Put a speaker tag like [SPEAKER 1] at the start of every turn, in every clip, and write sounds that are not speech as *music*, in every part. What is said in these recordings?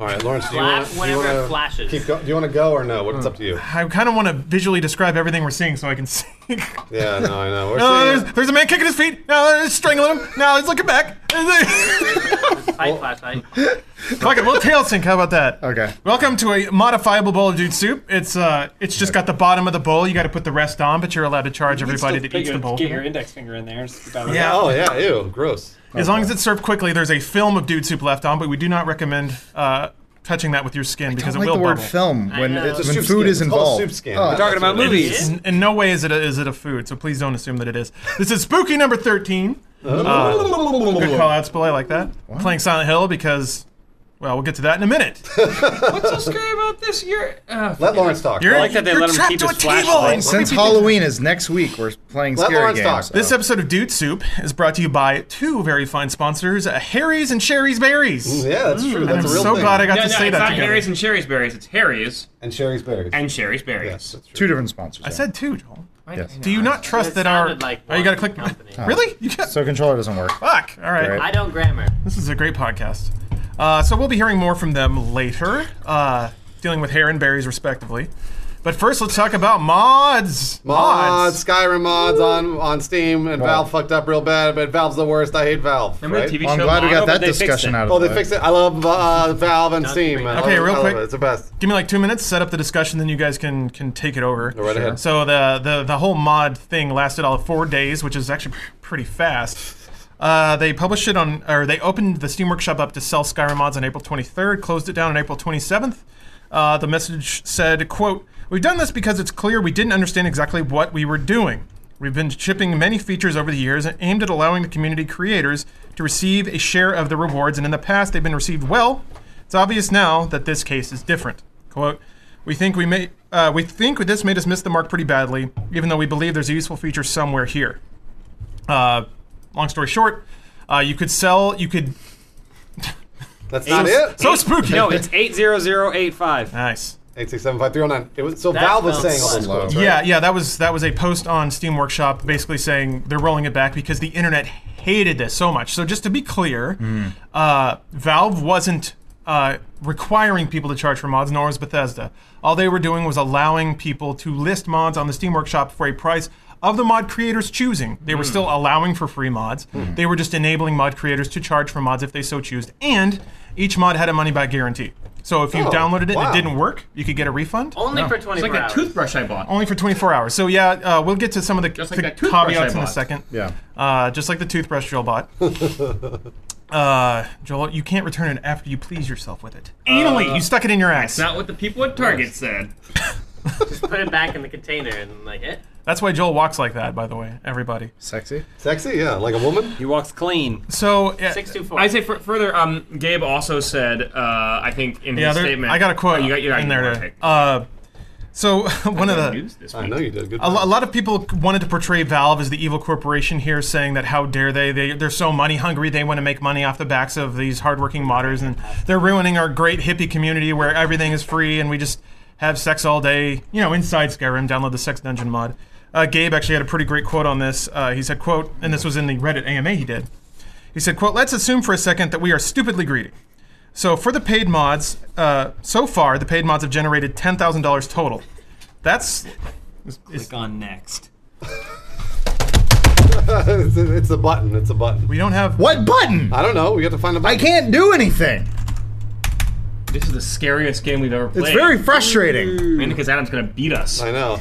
[SPEAKER 1] All right, Lawrence, do you
[SPEAKER 2] Flash
[SPEAKER 1] want to
[SPEAKER 2] whenever it flashes.
[SPEAKER 1] Keep go- do you want to go or no?
[SPEAKER 3] Uh.
[SPEAKER 1] What's up to you?
[SPEAKER 3] I kind of want to visually describe everything we're seeing so I can see. *laughs*
[SPEAKER 1] Yeah, no, I know. We're
[SPEAKER 3] no,
[SPEAKER 1] seeing-
[SPEAKER 3] there's, there's a man kicking his feet. No, it's strangling him. No, he's looking back. *laughs*
[SPEAKER 2] Fight
[SPEAKER 4] *laughs*
[SPEAKER 2] flashlight.
[SPEAKER 3] Fuck it, we'll tail sync. How about that?
[SPEAKER 5] Okay.
[SPEAKER 3] Welcome to a modifiable bowl of dude soup. It's uh, it's just got the bottom of the bowl. You got to put the rest on, but you're allowed to charge everybody that eats the bowl.
[SPEAKER 4] Get your index finger in there. and scoop out a-
[SPEAKER 3] Yeah.
[SPEAKER 1] Oh yeah, ew, gross.
[SPEAKER 3] As long as it's served quickly, there's a film of dude soup left on, but we do not recommend uh, touching that with your skin because
[SPEAKER 5] I
[SPEAKER 3] it
[SPEAKER 5] like
[SPEAKER 3] will
[SPEAKER 5] the word
[SPEAKER 3] bubble.
[SPEAKER 5] film
[SPEAKER 2] I
[SPEAKER 5] when,
[SPEAKER 2] know.
[SPEAKER 5] it's,
[SPEAKER 1] It's a
[SPEAKER 5] when
[SPEAKER 1] soup
[SPEAKER 5] food
[SPEAKER 1] skin.
[SPEAKER 5] is
[SPEAKER 1] It's called
[SPEAKER 5] involved.
[SPEAKER 1] soup
[SPEAKER 3] Uh.
[SPEAKER 1] skin.
[SPEAKER 5] Oh,
[SPEAKER 1] We're
[SPEAKER 4] Talking about movies.
[SPEAKER 3] In, in no way is it, a, is it a food, so please don't assume that it is. This is spooky number 13.
[SPEAKER 4] Oh.
[SPEAKER 3] Uh, good call out, Spill. I like that. Playing Silent Hill because, well, we'll get to that in a
[SPEAKER 4] *laughs*
[SPEAKER 3] minute.
[SPEAKER 4] What's so scary about this year? Uh,
[SPEAKER 1] Let Lawrence talk.
[SPEAKER 3] You're,
[SPEAKER 1] Let-
[SPEAKER 4] like that they
[SPEAKER 3] you're
[SPEAKER 4] let him
[SPEAKER 3] trapped
[SPEAKER 4] keep
[SPEAKER 3] to
[SPEAKER 4] his
[SPEAKER 3] a table.
[SPEAKER 4] flashlight.
[SPEAKER 3] and
[SPEAKER 5] Since
[SPEAKER 3] creepy things-
[SPEAKER 5] Halloween is next week, we're playing
[SPEAKER 1] Let
[SPEAKER 5] scary
[SPEAKER 1] Lawrence
[SPEAKER 5] games.
[SPEAKER 1] talk.
[SPEAKER 5] so-
[SPEAKER 3] This episode of Dude Soup is brought to you by two very fine sponsors, uh, Harry's and Sherry's Berries.
[SPEAKER 1] yeah, that's true. That's
[SPEAKER 3] Mm, I'm
[SPEAKER 1] a real
[SPEAKER 3] so
[SPEAKER 1] thing.
[SPEAKER 3] glad I got
[SPEAKER 4] No,
[SPEAKER 3] to
[SPEAKER 4] no,
[SPEAKER 3] say
[SPEAKER 4] it's
[SPEAKER 3] that
[SPEAKER 4] not
[SPEAKER 3] together.
[SPEAKER 4] Harry's and Sherry's berries. It's Harry's
[SPEAKER 1] And Sherry's berries.
[SPEAKER 4] and Sherry's berries.
[SPEAKER 1] yes, that's true.
[SPEAKER 5] two different sponsors.
[SPEAKER 3] I
[SPEAKER 5] yeah.
[SPEAKER 3] said two, Joel.
[SPEAKER 5] Yes.
[SPEAKER 3] Do you not trust
[SPEAKER 2] It
[SPEAKER 3] that our?
[SPEAKER 2] sounded like
[SPEAKER 3] oh, you
[SPEAKER 2] one
[SPEAKER 3] gotta click.
[SPEAKER 2] company.
[SPEAKER 3] *laughs* really? You got,
[SPEAKER 5] so controller doesn't work.
[SPEAKER 3] fuck. All right.
[SPEAKER 5] Great.
[SPEAKER 2] I don't grammar.
[SPEAKER 3] This is a great podcast. Uh, so we'll be hearing more from them later, uh, dealing with hair and berries respectively. But first, let's talk about mods.
[SPEAKER 1] Mods, Skyrim mods on on Steam, and Valve fucked up real bad. But Valve's the worst. I hate Valve.
[SPEAKER 4] Remember
[SPEAKER 1] right?
[SPEAKER 4] the TV
[SPEAKER 5] Well, I'm
[SPEAKER 4] show?
[SPEAKER 5] glad we got
[SPEAKER 4] Mono, but
[SPEAKER 5] that
[SPEAKER 4] they fixed
[SPEAKER 5] discussion
[SPEAKER 4] it.
[SPEAKER 5] out of
[SPEAKER 1] Oh,
[SPEAKER 5] the
[SPEAKER 1] they
[SPEAKER 5] way.
[SPEAKER 1] fixed it. I love uh, Valve and Steam. I love
[SPEAKER 3] Okay,
[SPEAKER 1] it.
[SPEAKER 3] real
[SPEAKER 1] I love
[SPEAKER 3] quick.
[SPEAKER 1] it. It's the best.
[SPEAKER 3] Give me like two minutes, set up the discussion, then you guys can can take it over.
[SPEAKER 1] Go right ahead.
[SPEAKER 3] So the, the the whole mod thing lasted all of four days, which is actually pr- pretty fast. Uh, they published it on, or they opened the Steam Workshop up to sell Skyrim mods on April 23rd, closed it down on April 27th. Uh, the message said, "quote We've done this because it's clear we didn't understand exactly what we were doing. We've been shipping many features over the years and aimed at allowing the community creators to receive a share of the rewards, and in the past they've been received well. It's obvious now that this case is different." Quote. We think we may, uh, we think this made us miss the mark pretty badly, even though we believe there's a useful feature somewhere here. Uh, long story short, uh, you could sell, you could.
[SPEAKER 1] That's not
[SPEAKER 4] Eight-
[SPEAKER 1] it.
[SPEAKER 3] So spooky.
[SPEAKER 4] No, it's eight zero zero eight five.
[SPEAKER 3] nice.
[SPEAKER 1] Eight six seven five three zero nine. It was so
[SPEAKER 2] That
[SPEAKER 1] Valve was
[SPEAKER 2] sounds
[SPEAKER 1] saying all those
[SPEAKER 5] slow.
[SPEAKER 1] quotes. Right?
[SPEAKER 3] Yeah, yeah, that was that was a post on Steam Workshop basically saying they're rolling it back because the internet hated this so much. So just to be clear,
[SPEAKER 1] Hmm.
[SPEAKER 3] uh, Valve wasn't uh, requiring people to charge for mods, nor was Bethesda. All they were doing was allowing people to list mods on the Steam Workshop for a price of the mod creators choosing. They were
[SPEAKER 1] Hmm.
[SPEAKER 3] still allowing for free mods. They were just enabling mod creators to charge for mods if they so choose, and each mod had a money back guarantee. So if you
[SPEAKER 1] Oh,
[SPEAKER 3] downloaded it
[SPEAKER 1] wow.
[SPEAKER 3] and it didn't work, you could get a refund
[SPEAKER 2] Only for 24
[SPEAKER 4] It's like that
[SPEAKER 2] hours.
[SPEAKER 4] toothbrush I bought.
[SPEAKER 3] only for 24 hours. So yeah, uh, we'll get to some of the,
[SPEAKER 4] Just like
[SPEAKER 3] the
[SPEAKER 4] that toothbrush
[SPEAKER 3] caveats
[SPEAKER 4] I
[SPEAKER 3] in a
[SPEAKER 4] bought.
[SPEAKER 3] second.
[SPEAKER 5] Yeah.
[SPEAKER 3] Uh, just like the toothbrush Joel bought. uh, Joel, you can't return it after you please yourself with it.
[SPEAKER 4] Uh,
[SPEAKER 3] Anally, you stuck it in your ass.
[SPEAKER 4] Not what the people at Target said.
[SPEAKER 2] Just put it back in the container and like it.
[SPEAKER 3] That's why Joel walks like that, by the way. Everybody.
[SPEAKER 5] Sexy.
[SPEAKER 1] Sexy, yeah, like a woman.
[SPEAKER 4] He walks clean.
[SPEAKER 3] So uh,
[SPEAKER 2] Six two four.
[SPEAKER 4] I say fur further. Um, Gabe also said. Uh, I think in
[SPEAKER 3] yeah,
[SPEAKER 4] his
[SPEAKER 3] there-
[SPEAKER 4] statement.
[SPEAKER 3] I got a quote
[SPEAKER 4] Oh, you got, you got
[SPEAKER 3] in
[SPEAKER 4] your
[SPEAKER 3] there.
[SPEAKER 4] one,
[SPEAKER 3] To,
[SPEAKER 4] okay.
[SPEAKER 3] uh, so *laughs* one of the
[SPEAKER 4] news this
[SPEAKER 1] I
[SPEAKER 4] week.
[SPEAKER 1] know you did. Good.
[SPEAKER 3] A, lo- a lot of people wanted to portray Valve as the evil corporation here, saying that how dare they? they they're so money hungry, they want to make money off the backs of these hardworking modders, and they're ruining our great hippie community where everything is free and we just have sex all day. You know, inside Skyrim, download the Sex Dungeon mod. Uh, Gabe actually had a pretty great quote on this. Uh, he said, "quote," and this was in the Reddit AMA he did. He said, "quote Let's assume for a second that we are stupidly greedy." So for the paid mods, uh, so far the paid mods have generated ten thousand dollars total. That's
[SPEAKER 4] Click on next.
[SPEAKER 1] *laughs* it's, it's a button. It's a button.
[SPEAKER 3] we don't have
[SPEAKER 5] What button?
[SPEAKER 1] I don't know. We have to find a
[SPEAKER 5] I
[SPEAKER 1] button.
[SPEAKER 5] can't do anything.
[SPEAKER 4] This is the scariest game we've ever played.
[SPEAKER 5] It's very frustrating.
[SPEAKER 4] Mainly because Adam's gonna beat us.
[SPEAKER 1] I
[SPEAKER 3] *laughs*
[SPEAKER 1] know.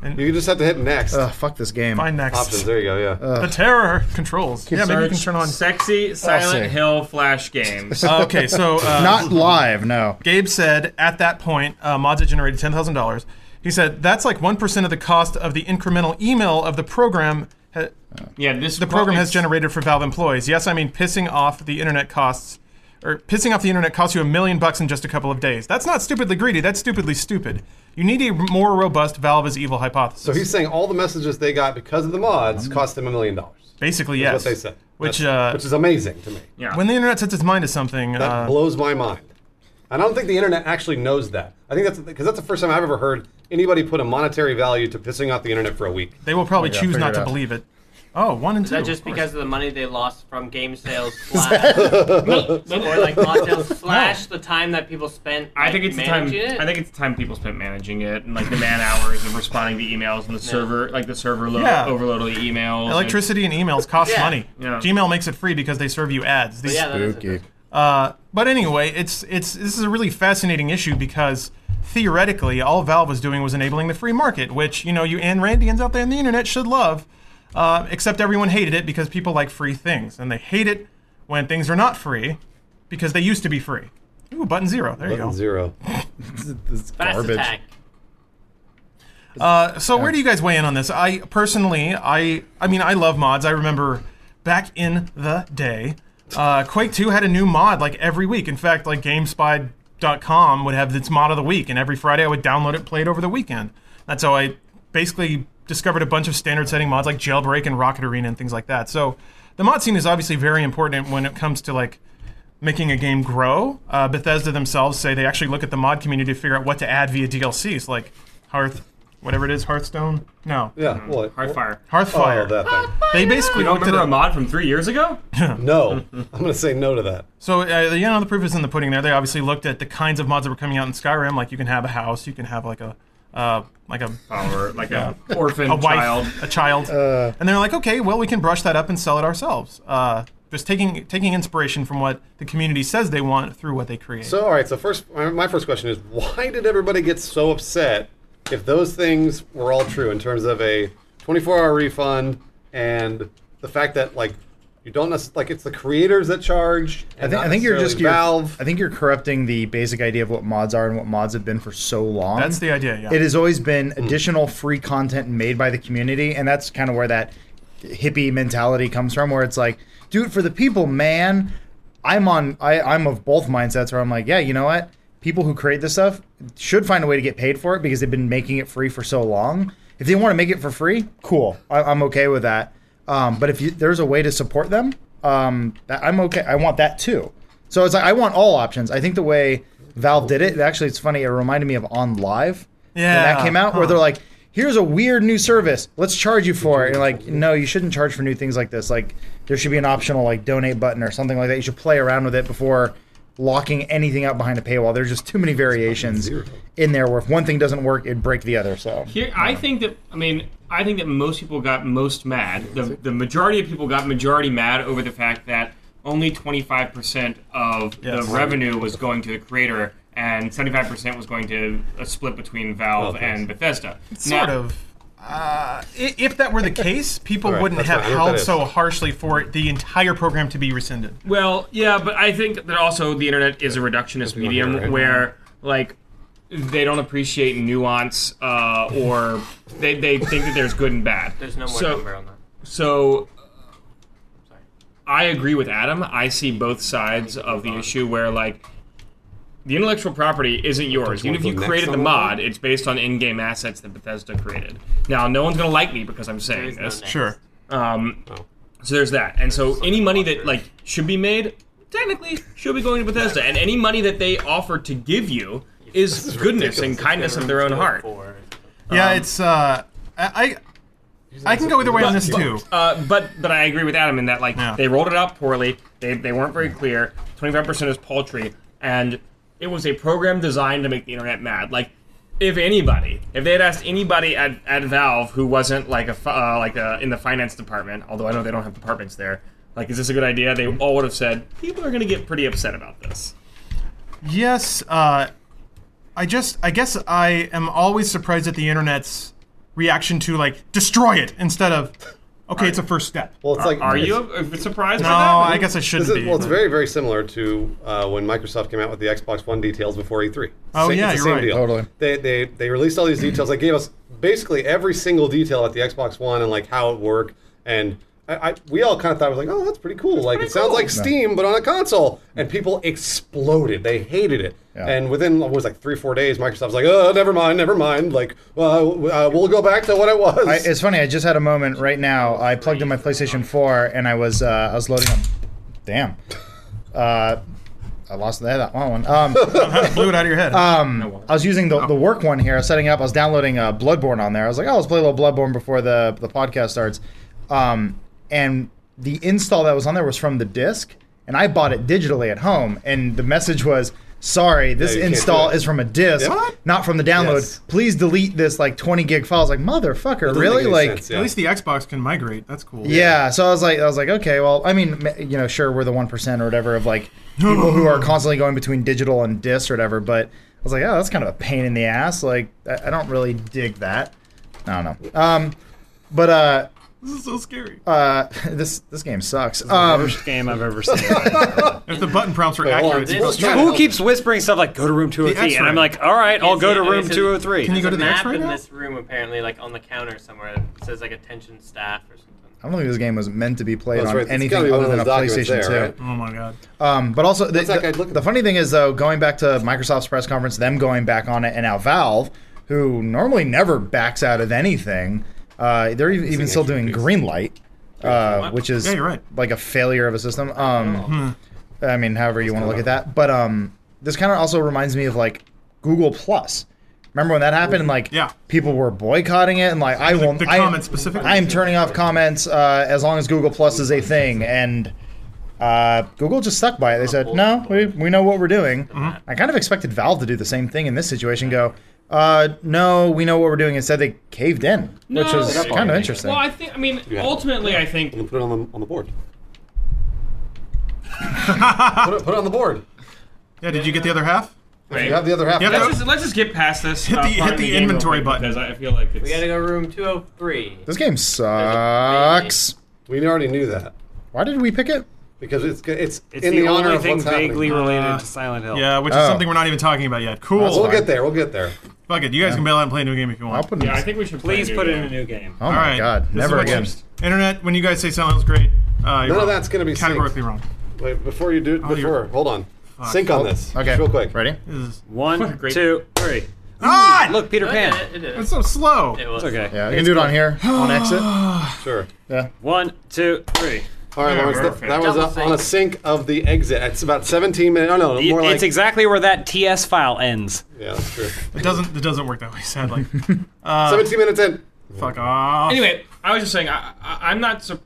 [SPEAKER 3] And-
[SPEAKER 1] You just have to hit next.
[SPEAKER 5] Ugh, fuck this game.
[SPEAKER 3] Fine next.
[SPEAKER 1] Options. There you go. Yeah.
[SPEAKER 3] The terror controls. yeah, maybe you can
[SPEAKER 4] Search
[SPEAKER 3] turn
[SPEAKER 4] *laughs*
[SPEAKER 3] on.
[SPEAKER 4] sexy
[SPEAKER 5] see.
[SPEAKER 4] Silent Hill flash
[SPEAKER 5] *laughs*
[SPEAKER 4] games.
[SPEAKER 3] Uh, okay, so uh,
[SPEAKER 5] Not live, no.
[SPEAKER 3] Gabe said at that point, uh, mods had generated ten thousand dollars. He said that's like one percent of the cost of the incremental email of the program. Ha-
[SPEAKER 4] yeah, this
[SPEAKER 3] the program has generated for Valve employees. Yes, I mean pissing off the internet costs, or pissing off the internet costs you a million bucks in just a couple of days. That's not stupidly greedy. That's stupidly stupid. You need a more robust Valve is evil hypothesis.
[SPEAKER 1] So he's saying all the messages they got because of the mods cost them a million dollars.
[SPEAKER 3] basically
[SPEAKER 1] That's
[SPEAKER 3] Mm-hmm. yes.
[SPEAKER 1] What they said.
[SPEAKER 3] Which
[SPEAKER 1] That's-
[SPEAKER 3] uh,
[SPEAKER 1] which is amazing to me.
[SPEAKER 4] Yeah.
[SPEAKER 3] when the internet sets its mind to something,
[SPEAKER 1] That
[SPEAKER 3] uh,
[SPEAKER 1] blows my mind. And I don't think the internet actually knows that. I think that's because that's the first time I've ever heard anybody put a monetary value to pissing off the internet for a week.
[SPEAKER 3] they will probably
[SPEAKER 5] Oh, Yeah,
[SPEAKER 3] choose
[SPEAKER 5] figure
[SPEAKER 3] not
[SPEAKER 5] it
[SPEAKER 3] to
[SPEAKER 5] out.
[SPEAKER 3] believe it. Oh, one and two.
[SPEAKER 2] That's just
[SPEAKER 3] of course.
[SPEAKER 2] because of the money they lost from game sales
[SPEAKER 4] *laughs*
[SPEAKER 2] slash or like lot sales slash the time that people spent.
[SPEAKER 4] I
[SPEAKER 2] like,
[SPEAKER 4] think it's the time.
[SPEAKER 2] managing It.
[SPEAKER 4] I think it's the time people spent managing it, and like the
[SPEAKER 2] *laughs*
[SPEAKER 4] man hours and responding to emails and the server, like the server load,
[SPEAKER 3] Yeah.
[SPEAKER 4] overload of the emails.
[SPEAKER 3] Electricity and emails cost
[SPEAKER 2] Yeah.
[SPEAKER 3] money.
[SPEAKER 4] Yeah.
[SPEAKER 3] Gmail makes it free because they serve you ads. These-
[SPEAKER 2] yeah, that is
[SPEAKER 5] Spooky.
[SPEAKER 3] uh, but anyway, it's it's this is a really fascinating issue because theoretically, all Valve was doing was enabling the free market, which you know you and Randians out there on the internet should love. Uh, except everyone hated it because people like free things, and they hate it when things are not free because they used to be free. Ooh, button zero. There you go.
[SPEAKER 1] Button zero.
[SPEAKER 5] This is
[SPEAKER 2] fast
[SPEAKER 5] garbage.
[SPEAKER 2] attack.
[SPEAKER 3] Uh, so where do you guys weigh in on this? I personally, I, I mean, I love mods. I remember back in the day, uh, Quake 2 had a new mod like every week. In fact, like GameSpy.com would have its mod of the week, and every Friday I would download it, play it over the weekend. That's how I basically discovered a bunch of standard setting mods like Jailbreak and Rocket Arena and things like that. So the mod scene is obviously very important when it comes to like making a game grow. Uh, Bethesda themselves say they actually look at the mod community to figure out what to add via DLCs, like Hearth, whatever it is, Hearthstone. No,
[SPEAKER 1] Yeah. What?
[SPEAKER 4] Heartfire.
[SPEAKER 1] Oh,
[SPEAKER 3] Hearthfire.
[SPEAKER 1] that thing.
[SPEAKER 3] they basically
[SPEAKER 4] You don't
[SPEAKER 3] looked at
[SPEAKER 4] remember a
[SPEAKER 3] it.
[SPEAKER 4] mod from three
[SPEAKER 3] *laughs*
[SPEAKER 4] years ago?
[SPEAKER 1] No, I'm gonna say no to that.
[SPEAKER 3] So uh, you know the proof is in the pudding. There, they obviously looked at the kinds of mods that were coming out in Skyrim. Like you can have a house, you can have like a uh, like a
[SPEAKER 4] Oh, or like a orphan
[SPEAKER 3] a wife,
[SPEAKER 4] child.
[SPEAKER 3] a child, and they're like, okay, well, we can brush that up and sell it ourselves. Uh, just taking taking inspiration from what the community says they want through what they create.
[SPEAKER 1] So, all right. So, first, my my first question is, why did everybody get so upset if those things were all true in terms of a 24-hour refund and the fact that like you don't necess- like it's the creators that charge. And
[SPEAKER 5] I think,
[SPEAKER 1] not
[SPEAKER 5] I think you're
[SPEAKER 1] necessarily
[SPEAKER 5] just you're,
[SPEAKER 1] Valve.
[SPEAKER 5] I think you're corrupting the basic idea of what mods are and what mods have been for so long.
[SPEAKER 3] That's the idea. Yeah. Hmm.
[SPEAKER 5] It has always been additional free content made by the community, and that's kind of where that hippie mentality comes from, where it's like, do it for the people, man. I'm on. I, I'm of both mindsets where I'm like, yeah, you know what? People who create this stuff should find a way to get paid for it because they've been making it free for so long. If they want to make it for free, cool. I, I'm okay with that. Um, but if you, there's a way to support them, um, that, I'm okay. I want that too. So it's like I want all options. I think the way Valve did it, actually, it's funny. It reminded me of On Live when
[SPEAKER 3] Yeah,
[SPEAKER 5] that came out,
[SPEAKER 3] huh.
[SPEAKER 5] where they're like, "Here's a weird new service. Let's charge you for it." And you're like, no, you shouldn't charge for new things like this. Like, there should be an optional like donate button or something like that. You should play around with it before locking anything up behind a paywall. There's just too many variations in there where if one thing doesn't work, it'd break the other. So
[SPEAKER 4] Here, I think that I mean I think that most people got most mad. The the majority of people got majority mad over the fact that only 25% of
[SPEAKER 3] Yes.
[SPEAKER 4] the revenue was going to the creator and 75% was going to a split between Valve
[SPEAKER 1] Oh,
[SPEAKER 4] and Bethesda.
[SPEAKER 3] sort
[SPEAKER 4] Now-
[SPEAKER 3] of. Uh, i- if that were the case, people
[SPEAKER 1] Alright,
[SPEAKER 3] wouldn't
[SPEAKER 1] that's
[SPEAKER 3] have
[SPEAKER 1] fine. I hope that
[SPEAKER 3] howled
[SPEAKER 1] is. Um,
[SPEAKER 3] so harshly for it, the entire program to be rescinded.
[SPEAKER 4] Well, yeah, but I think that also the internet is a reductionist
[SPEAKER 1] on
[SPEAKER 4] medium
[SPEAKER 1] here, right?
[SPEAKER 4] where like they don't appreciate nuance uh, or they, they think that there's good and bad.
[SPEAKER 2] There's no more
[SPEAKER 4] so,
[SPEAKER 2] number on that.
[SPEAKER 4] So I agree with Adam. I see both sides of the issue where like the intellectual property isn't yours. Even if you
[SPEAKER 1] go next
[SPEAKER 4] created the
[SPEAKER 1] on that one?
[SPEAKER 4] mod, it's based on in-game assets that Bethesda created. Now, no one's gonna like me because I'm
[SPEAKER 2] There's
[SPEAKER 4] saying
[SPEAKER 2] no
[SPEAKER 4] this.
[SPEAKER 2] next.
[SPEAKER 3] Sure.
[SPEAKER 4] Um,
[SPEAKER 1] Oh.
[SPEAKER 4] So there's that, and so any money that like should be made, technically, should be going to Bethesda, and any money that they offer to give you is goodness and kindness of their own heart.
[SPEAKER 2] Four.
[SPEAKER 3] Yeah, it's. Uh, I, I I can go either way on this too.
[SPEAKER 4] Uh, but but I agree with Adam in that like
[SPEAKER 3] Yeah.
[SPEAKER 4] they rolled it out poorly. They they weren't very clear. Twenty five percent is paltry, and it was a program designed to make the internet mad. Like if anybody, if they had asked anybody at, at Valve who wasn't like a fi- uh, like a, in the finance department, although I know they don't have departments there. Like, is this a good idea? They all would have said, people are going to get pretty upset about this.
[SPEAKER 3] Yes, uh, I just I guess I am always surprised at the internet's reaction to like destroy it instead of okay, it's a first step.
[SPEAKER 1] well, it's like
[SPEAKER 4] Are
[SPEAKER 1] it's-
[SPEAKER 4] you uh, surprised
[SPEAKER 3] No,
[SPEAKER 4] by that?
[SPEAKER 3] I guess I shouldn't
[SPEAKER 1] This is,
[SPEAKER 3] be.
[SPEAKER 1] well, it's very, very similar to uh, when Microsoft came out with the Xbox One details before E3.
[SPEAKER 3] Oh,
[SPEAKER 1] Same-
[SPEAKER 3] yeah,
[SPEAKER 1] it's the
[SPEAKER 3] you're
[SPEAKER 1] same
[SPEAKER 3] right.
[SPEAKER 1] Deal.
[SPEAKER 5] Totally.
[SPEAKER 1] They, they they released all these details. they gave us basically every single detail at the Xbox One and like how it worked. And I, I we all kind of thought it was like, oh, that's pretty cool. like it sounds like Steam, but on a console. And people exploded. They hated it.
[SPEAKER 5] Yeah.
[SPEAKER 1] And within what was it, like three, four days, Microsoft's like, oh, never mind, never mind. Like, well, uh, we'll go back to what it was.
[SPEAKER 5] I, it's funny. I just had a moment right now. I plugged in my PlayStation 4 and I was uh, I was loading up. Damn. Uh, I lost that, that one. Um,
[SPEAKER 3] Blew it out of your head.
[SPEAKER 1] Uh,
[SPEAKER 5] I was using the, the work one here. I was setting up. I was downloading uh, Bloodborne on there. I was like, oh, let's play a little Bloodborne before the the podcast starts. Um, and the install that was on there was from the disk, and I bought it digitally at home, and the message was. Sorry, this
[SPEAKER 1] you can't do
[SPEAKER 5] install
[SPEAKER 1] it."
[SPEAKER 5] is from a disk,
[SPEAKER 1] Yeah. What?
[SPEAKER 5] not from the download.
[SPEAKER 1] Yes.
[SPEAKER 5] Please delete this like 20 gig file. I was like, motherfucker,
[SPEAKER 1] Doesn't
[SPEAKER 5] really?
[SPEAKER 1] make any
[SPEAKER 5] Like,
[SPEAKER 1] sense, yeah.
[SPEAKER 3] At least the Xbox can migrate. That's cool.
[SPEAKER 5] yeah, so I was like, I was like, okay, well, I mean, m- you know, sure, we're the one percent or whatever of like people who are constantly going between digital and disc or whatever. But I was like, oh, that's kind of a pain in the ass. Like, I, I don't really dig that. I don't know. Um, but uh,
[SPEAKER 3] This is so scary.
[SPEAKER 5] uh, *laughs* this this game sucks. Um,
[SPEAKER 6] Worst game I've ever seen.
[SPEAKER 3] if the button prompts Oh were
[SPEAKER 1] hold on,
[SPEAKER 3] accurate,
[SPEAKER 1] this-
[SPEAKER 3] it's-
[SPEAKER 1] Yeah.
[SPEAKER 6] Who keeps whispering stuff like "Go to room 203"? And I'm
[SPEAKER 3] X-ray.
[SPEAKER 6] like, "All right, I'll
[SPEAKER 2] It's-
[SPEAKER 6] go to
[SPEAKER 2] it-
[SPEAKER 6] room
[SPEAKER 2] it's a-
[SPEAKER 6] 203."
[SPEAKER 3] Can you go
[SPEAKER 2] There's a
[SPEAKER 3] to the
[SPEAKER 2] map
[SPEAKER 3] X-ray
[SPEAKER 2] in
[SPEAKER 3] now?
[SPEAKER 2] this room apparently, like on the counter somewhere. It says like attention staff or something.
[SPEAKER 5] I don't think this game was meant to be played
[SPEAKER 1] That's
[SPEAKER 5] on
[SPEAKER 1] right, it's gotta be
[SPEAKER 5] anything
[SPEAKER 1] one
[SPEAKER 5] other
[SPEAKER 1] of
[SPEAKER 5] than a
[SPEAKER 1] those documents
[SPEAKER 5] PlayStation
[SPEAKER 1] there,
[SPEAKER 5] 2.
[SPEAKER 3] oh my god.
[SPEAKER 5] Um, but also, the,
[SPEAKER 1] that
[SPEAKER 5] the-
[SPEAKER 1] guy's looking
[SPEAKER 5] the funny thing is, though, going back to Microsoft's press conference, them going back on it, and now Valve, who normally never backs out of anything, uh, they're even, even still doing Greenlight, uh, which is
[SPEAKER 3] Yeah, you're right. Oh. Hmm.
[SPEAKER 5] like a failure of a system. Um, I mean, however you want to look at that. But um, this kind of also reminds me of like Google Plus. Remember when that happened? And like,
[SPEAKER 3] Yeah.
[SPEAKER 5] people were boycotting it, and like, I won't.
[SPEAKER 3] the
[SPEAKER 5] I-
[SPEAKER 3] comments specifically.
[SPEAKER 5] I am turning off comments uh, as long as Google Plus is a thing, and uh, Google just stuck by it. They said, "No, we, we know what we're doing."
[SPEAKER 3] Mm-hmm.
[SPEAKER 5] I kind of expected Valve to do the same thing in this situation. Go, uh, "No, we know what we're doing." Instead, they caved in, which
[SPEAKER 4] No.
[SPEAKER 5] was
[SPEAKER 4] They got
[SPEAKER 5] kind
[SPEAKER 6] behind
[SPEAKER 5] of
[SPEAKER 6] it.
[SPEAKER 5] interesting.
[SPEAKER 4] Well, I think. I mean, ultimately, I think
[SPEAKER 1] I'm gonna put it on the on the board. put, it, put it on the board.
[SPEAKER 3] Yeah, did you get the other half?
[SPEAKER 1] You have the other half.
[SPEAKER 3] Yeah,
[SPEAKER 4] Let's
[SPEAKER 3] that's-
[SPEAKER 4] just, let's just get past this. uh, Hit
[SPEAKER 3] the- hit the inventory button.
[SPEAKER 4] because I feel like
[SPEAKER 2] We gotta
[SPEAKER 4] it's.
[SPEAKER 2] go room 203.
[SPEAKER 5] this game sucks.
[SPEAKER 1] we already knew that
[SPEAKER 5] Why did we pick it?
[SPEAKER 1] because it's it's,
[SPEAKER 6] It's
[SPEAKER 1] in
[SPEAKER 6] the,
[SPEAKER 1] the, honor
[SPEAKER 6] only
[SPEAKER 1] of
[SPEAKER 6] thing
[SPEAKER 1] what's
[SPEAKER 6] vaguely
[SPEAKER 1] happening.
[SPEAKER 6] related
[SPEAKER 3] Uh,
[SPEAKER 6] to Silent Hill.
[SPEAKER 3] Yeah, which is
[SPEAKER 5] Oh.
[SPEAKER 3] something we're not even talking about yet. Cool.
[SPEAKER 1] We'll get there. We'll get there.
[SPEAKER 3] Fuck it. You guys can bail out and play a new game if you want.
[SPEAKER 5] I'll put.
[SPEAKER 4] Yeah, I think we should. play
[SPEAKER 6] Please
[SPEAKER 4] a new
[SPEAKER 6] put in
[SPEAKER 4] game.
[SPEAKER 6] a new game.
[SPEAKER 5] oh my
[SPEAKER 3] All right.
[SPEAKER 5] god,
[SPEAKER 3] This is
[SPEAKER 5] never
[SPEAKER 3] what
[SPEAKER 5] again.
[SPEAKER 3] you- Internet, when you guys say Silent Hill's great, uh, you're
[SPEAKER 1] None
[SPEAKER 3] wrong.
[SPEAKER 1] of that's gonna be
[SPEAKER 3] categorically
[SPEAKER 1] synced.
[SPEAKER 3] wrong.
[SPEAKER 1] Wait, before you do it, before
[SPEAKER 3] you're-
[SPEAKER 1] hold on, sync on this.
[SPEAKER 5] Okay,
[SPEAKER 1] just real quick.
[SPEAKER 5] Ready?
[SPEAKER 3] This is-
[SPEAKER 1] *laughs*
[SPEAKER 4] What a
[SPEAKER 6] One,
[SPEAKER 4] great-
[SPEAKER 6] two, three.
[SPEAKER 3] God!
[SPEAKER 6] Look, Peter
[SPEAKER 2] No, it did
[SPEAKER 6] Pan.
[SPEAKER 2] it, it did it.
[SPEAKER 3] It's so slow.
[SPEAKER 2] It was.
[SPEAKER 6] It's okay.
[SPEAKER 5] Yeah, you can do it
[SPEAKER 3] *gasps*
[SPEAKER 5] on here
[SPEAKER 3] Oh,
[SPEAKER 5] on exit.
[SPEAKER 1] Sure.
[SPEAKER 5] Yeah.
[SPEAKER 6] One, two, three.
[SPEAKER 1] All right,
[SPEAKER 4] Yeah,
[SPEAKER 1] Lawrence. That,
[SPEAKER 4] perfect.
[SPEAKER 1] that was
[SPEAKER 2] Double
[SPEAKER 1] a, on a sync of the exit. It's about 17 minutes. Oh no, more like
[SPEAKER 6] it's exactly where that TS file ends.
[SPEAKER 1] yeah, that's true.
[SPEAKER 3] It doesn't. It doesn't work that way.
[SPEAKER 5] *laughs*
[SPEAKER 3] Sadly.
[SPEAKER 1] 17 minutes in.
[SPEAKER 3] Fuck off.
[SPEAKER 4] Anyway, I was just saying, I, I, I'm not. Sur-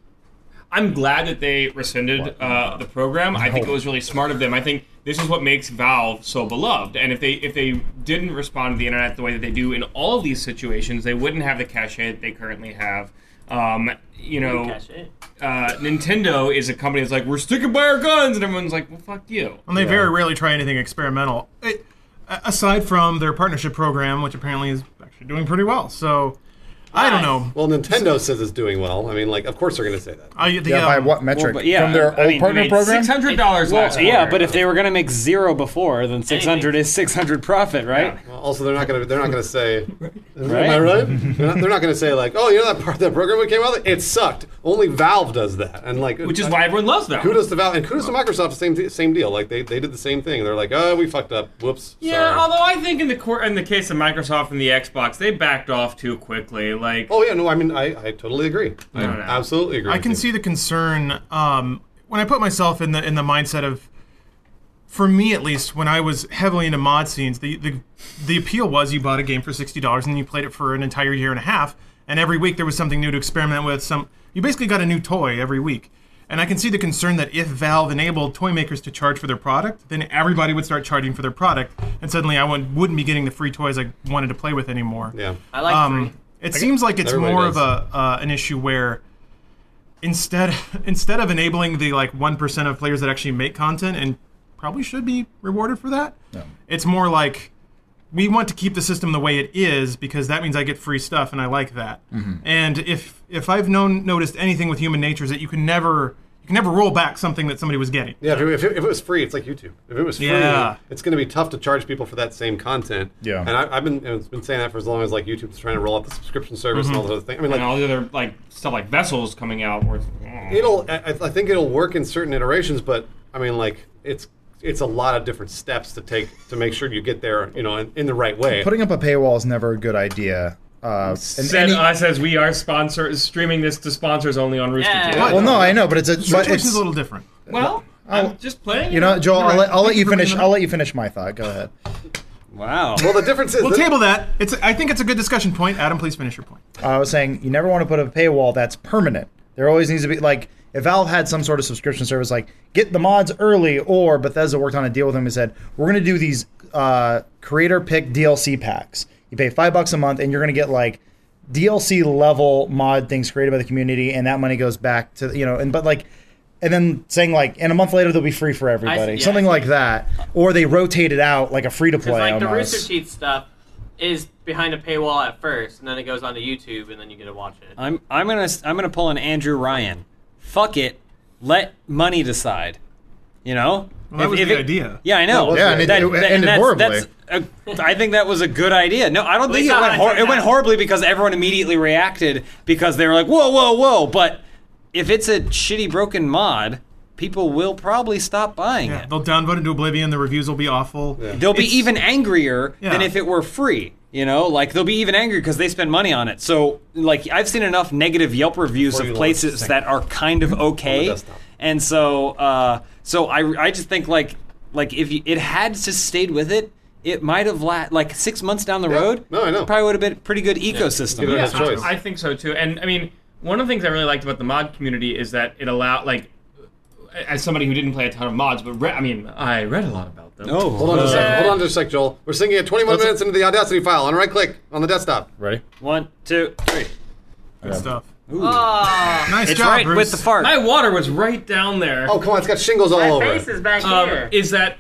[SPEAKER 4] I'm glad that they rescinded uh, the program. I think it was really smart of them. I think this is what makes Valve so beloved. And if they if they didn't respond to the internet the way that they do in all of these situations, they wouldn't have the cachet that they currently have. Um, you know,
[SPEAKER 2] Cash it.
[SPEAKER 4] uh, Nintendo is a company that's like, we're sticking by our guns, and everyone's like, well, fuck you.
[SPEAKER 3] And they very rarely try anything experimental, it, a- aside from their partnership program, which apparently is actually doing pretty well. So, I don't know.
[SPEAKER 1] Well, Nintendo says it's doing well. I mean, like, of course they're gonna say that.
[SPEAKER 3] I, the,
[SPEAKER 5] Yeah, by
[SPEAKER 3] um,
[SPEAKER 5] what metric?
[SPEAKER 6] but yeah,
[SPEAKER 5] From their
[SPEAKER 6] I
[SPEAKER 5] old
[SPEAKER 6] mean,
[SPEAKER 5] partner
[SPEAKER 6] they made
[SPEAKER 5] program?
[SPEAKER 4] Six hundred dollars last quarter.
[SPEAKER 6] Yeah, but if they were gonna make zero before, then 600 is 600 profit, right?
[SPEAKER 1] Well, Also, they're not gonna they're not gonna
[SPEAKER 4] *laughs*
[SPEAKER 1] say. Am I
[SPEAKER 6] Right?
[SPEAKER 1] right? they're, not, they're not gonna say like, oh, you know that part that program we came out with? It sucked. Only Valve does that, and like, uh,
[SPEAKER 4] which is why everyone loves them.
[SPEAKER 1] Kudos to Valve and kudos to Microsoft. Same same deal. Like they, they did the same thing. They're like, oh, we fucked up. Whoops.
[SPEAKER 4] Yeah,
[SPEAKER 1] sorry."
[SPEAKER 4] although I think in the cor- in the case of Microsoft and the Xbox, they backed off too quickly. Like,
[SPEAKER 1] Oh yeah, no, I mean, I, I totally agree. I
[SPEAKER 4] No, no.
[SPEAKER 1] absolutely agree.
[SPEAKER 3] I
[SPEAKER 1] with
[SPEAKER 3] can
[SPEAKER 1] you.
[SPEAKER 3] see the concern um, when I put myself in the in the mindset of, for me at least, when I was heavily into mod scenes, the the, the appeal was you bought a game for sixty dollars and you played it for an entire year and a half, and every week there was something new to experiment with. Some you basically got a new toy every week. And I can see the concern that if Valve enabled toy makers to charge for their product, then everybody would start charging for their product, and suddenly I wouldn't, wouldn't be getting the free toys I wanted to play with anymore.
[SPEAKER 1] Yeah.
[SPEAKER 2] I like
[SPEAKER 3] Um,
[SPEAKER 2] three.
[SPEAKER 3] it seems like it's
[SPEAKER 1] everybody
[SPEAKER 3] more
[SPEAKER 1] does.
[SPEAKER 3] of a uh, an issue where instead *laughs* instead of enabling the like one percent of players that actually make content and probably should be rewarded for that, it's more like we want to keep the system the way it is because that means I get free stuff and I like that. And if if I've known noticed anything with human nature is that you can never you can never roll back something that somebody was getting.
[SPEAKER 1] Yeah, if it, if, it, if it was free, it's like YouTube. If it was free,
[SPEAKER 3] Yeah.
[SPEAKER 1] it's going to be tough to charge people for that same content.
[SPEAKER 5] Yeah.
[SPEAKER 1] and I, I've been and it's been saying that for as long as like YouTube's trying to roll out the subscription service and all those other things. I mean,
[SPEAKER 4] Mm-hmm. and all
[SPEAKER 1] like
[SPEAKER 4] the other like stuff like vessels coming out. Where it's, mm.
[SPEAKER 1] it'll. I, I think it'll work in certain iterations, but I mean, like it's it's a lot of different steps to take to make sure you get there, you know, in, in the right way.
[SPEAKER 5] Putting up a paywall is never a good idea. Uh, in
[SPEAKER 4] Said
[SPEAKER 5] any-
[SPEAKER 4] us as we are sponsor streaming this to sponsors only on Rooster
[SPEAKER 2] Yeah.
[SPEAKER 4] Teeth.
[SPEAKER 2] What?
[SPEAKER 5] well, no, I know, but it's a. But
[SPEAKER 3] Situation's
[SPEAKER 5] it's,
[SPEAKER 3] a little different.
[SPEAKER 4] Well, I'm just playing.
[SPEAKER 5] you know, Joel, I'll, let, I'll let
[SPEAKER 3] Thank
[SPEAKER 5] you
[SPEAKER 3] you for
[SPEAKER 5] finish.
[SPEAKER 3] bringing it
[SPEAKER 5] I'll
[SPEAKER 3] up.
[SPEAKER 5] let you finish my thought. Go ahead.
[SPEAKER 6] Wow.
[SPEAKER 1] well, the difference is
[SPEAKER 3] We'll
[SPEAKER 1] that-
[SPEAKER 3] table that. It's I think it's a good discussion point. Adam, please finish your point.
[SPEAKER 5] I was saying you never want to put up a paywall that's permanent. There always needs to be like if Valve had some sort of subscription service, like get the mods early, or Bethesda worked on a deal with them and said we're going to do these uh, creator pick DLC packs. You pay five bucks a month, and you're going to get like DLC level mod things created by the community, and that money goes back to you know, and but like, and then saying like, and a month later they'll be free for everybody,
[SPEAKER 2] yeah,
[SPEAKER 5] something
[SPEAKER 2] I see.
[SPEAKER 5] like that, or they rotate it out like a free to play.
[SPEAKER 2] Because like the
[SPEAKER 5] almost.
[SPEAKER 2] Rooster Teeth stuff is behind a paywall at first, and then it goes onto YouTube, and then you get to watch it.
[SPEAKER 6] I'm I'm gonna I'm gonna pull an Andrew Ryan. Fuck it, let money decide. You know,
[SPEAKER 3] that was the
[SPEAKER 6] it-
[SPEAKER 3] idea.
[SPEAKER 6] Yeah, I know.
[SPEAKER 1] was Yeah, the and
[SPEAKER 5] it- idea. it ended
[SPEAKER 6] that's- that's a- I think that was a good idea. No, I don't think
[SPEAKER 2] least
[SPEAKER 6] it
[SPEAKER 2] I
[SPEAKER 6] went.
[SPEAKER 2] had
[SPEAKER 6] Hor-
[SPEAKER 2] time
[SPEAKER 6] it went
[SPEAKER 2] now.
[SPEAKER 6] horribly because everyone immediately reacted because they were like, "Whoa, whoa, whoa!" But if it's a shitty broken mod, people will probably stop buying
[SPEAKER 3] Yeah,
[SPEAKER 6] it.
[SPEAKER 3] they'll downvote it to oblivion. The reviews will be awful.
[SPEAKER 6] They'll be even angrier than
[SPEAKER 3] Yeah.
[SPEAKER 6] if it were free. You know, like they'll be even angrier because they spend money on it. So, like, I've seen enough negative Yelp reviews
[SPEAKER 1] Before you launch
[SPEAKER 6] of places
[SPEAKER 1] this
[SPEAKER 6] that are kind of okay,
[SPEAKER 1] desktop.
[SPEAKER 6] and so, uh, so I, I just think like, like if you, it had just stayed with it, it might have la- like six months down the road.
[SPEAKER 1] No, I know.
[SPEAKER 6] Probably would have been a pretty good ecosystem.
[SPEAKER 1] Give it
[SPEAKER 6] Yeah.
[SPEAKER 1] a choice.
[SPEAKER 4] I, I think so too. And I mean, one of the things I really liked about the mod community is that it allowed, like, as somebody who didn't play a ton of mods, but re- I mean, I read a lot about them.
[SPEAKER 6] Oh,
[SPEAKER 1] Hold on just a second. Hold on just a sec, Joel. We're singing at 21 minutes into the Audacity file on right click on the desktop.
[SPEAKER 7] Ready?
[SPEAKER 6] one, two, three.
[SPEAKER 3] Good stuff.
[SPEAKER 2] Oh,
[SPEAKER 3] Nice
[SPEAKER 6] It's
[SPEAKER 3] job,
[SPEAKER 6] right
[SPEAKER 3] Bruce.
[SPEAKER 6] with the fart.
[SPEAKER 4] My water was right down there.
[SPEAKER 1] Oh, come on. It's got shingles all
[SPEAKER 2] my
[SPEAKER 1] over.
[SPEAKER 2] face is back
[SPEAKER 4] um,
[SPEAKER 2] here.
[SPEAKER 4] is that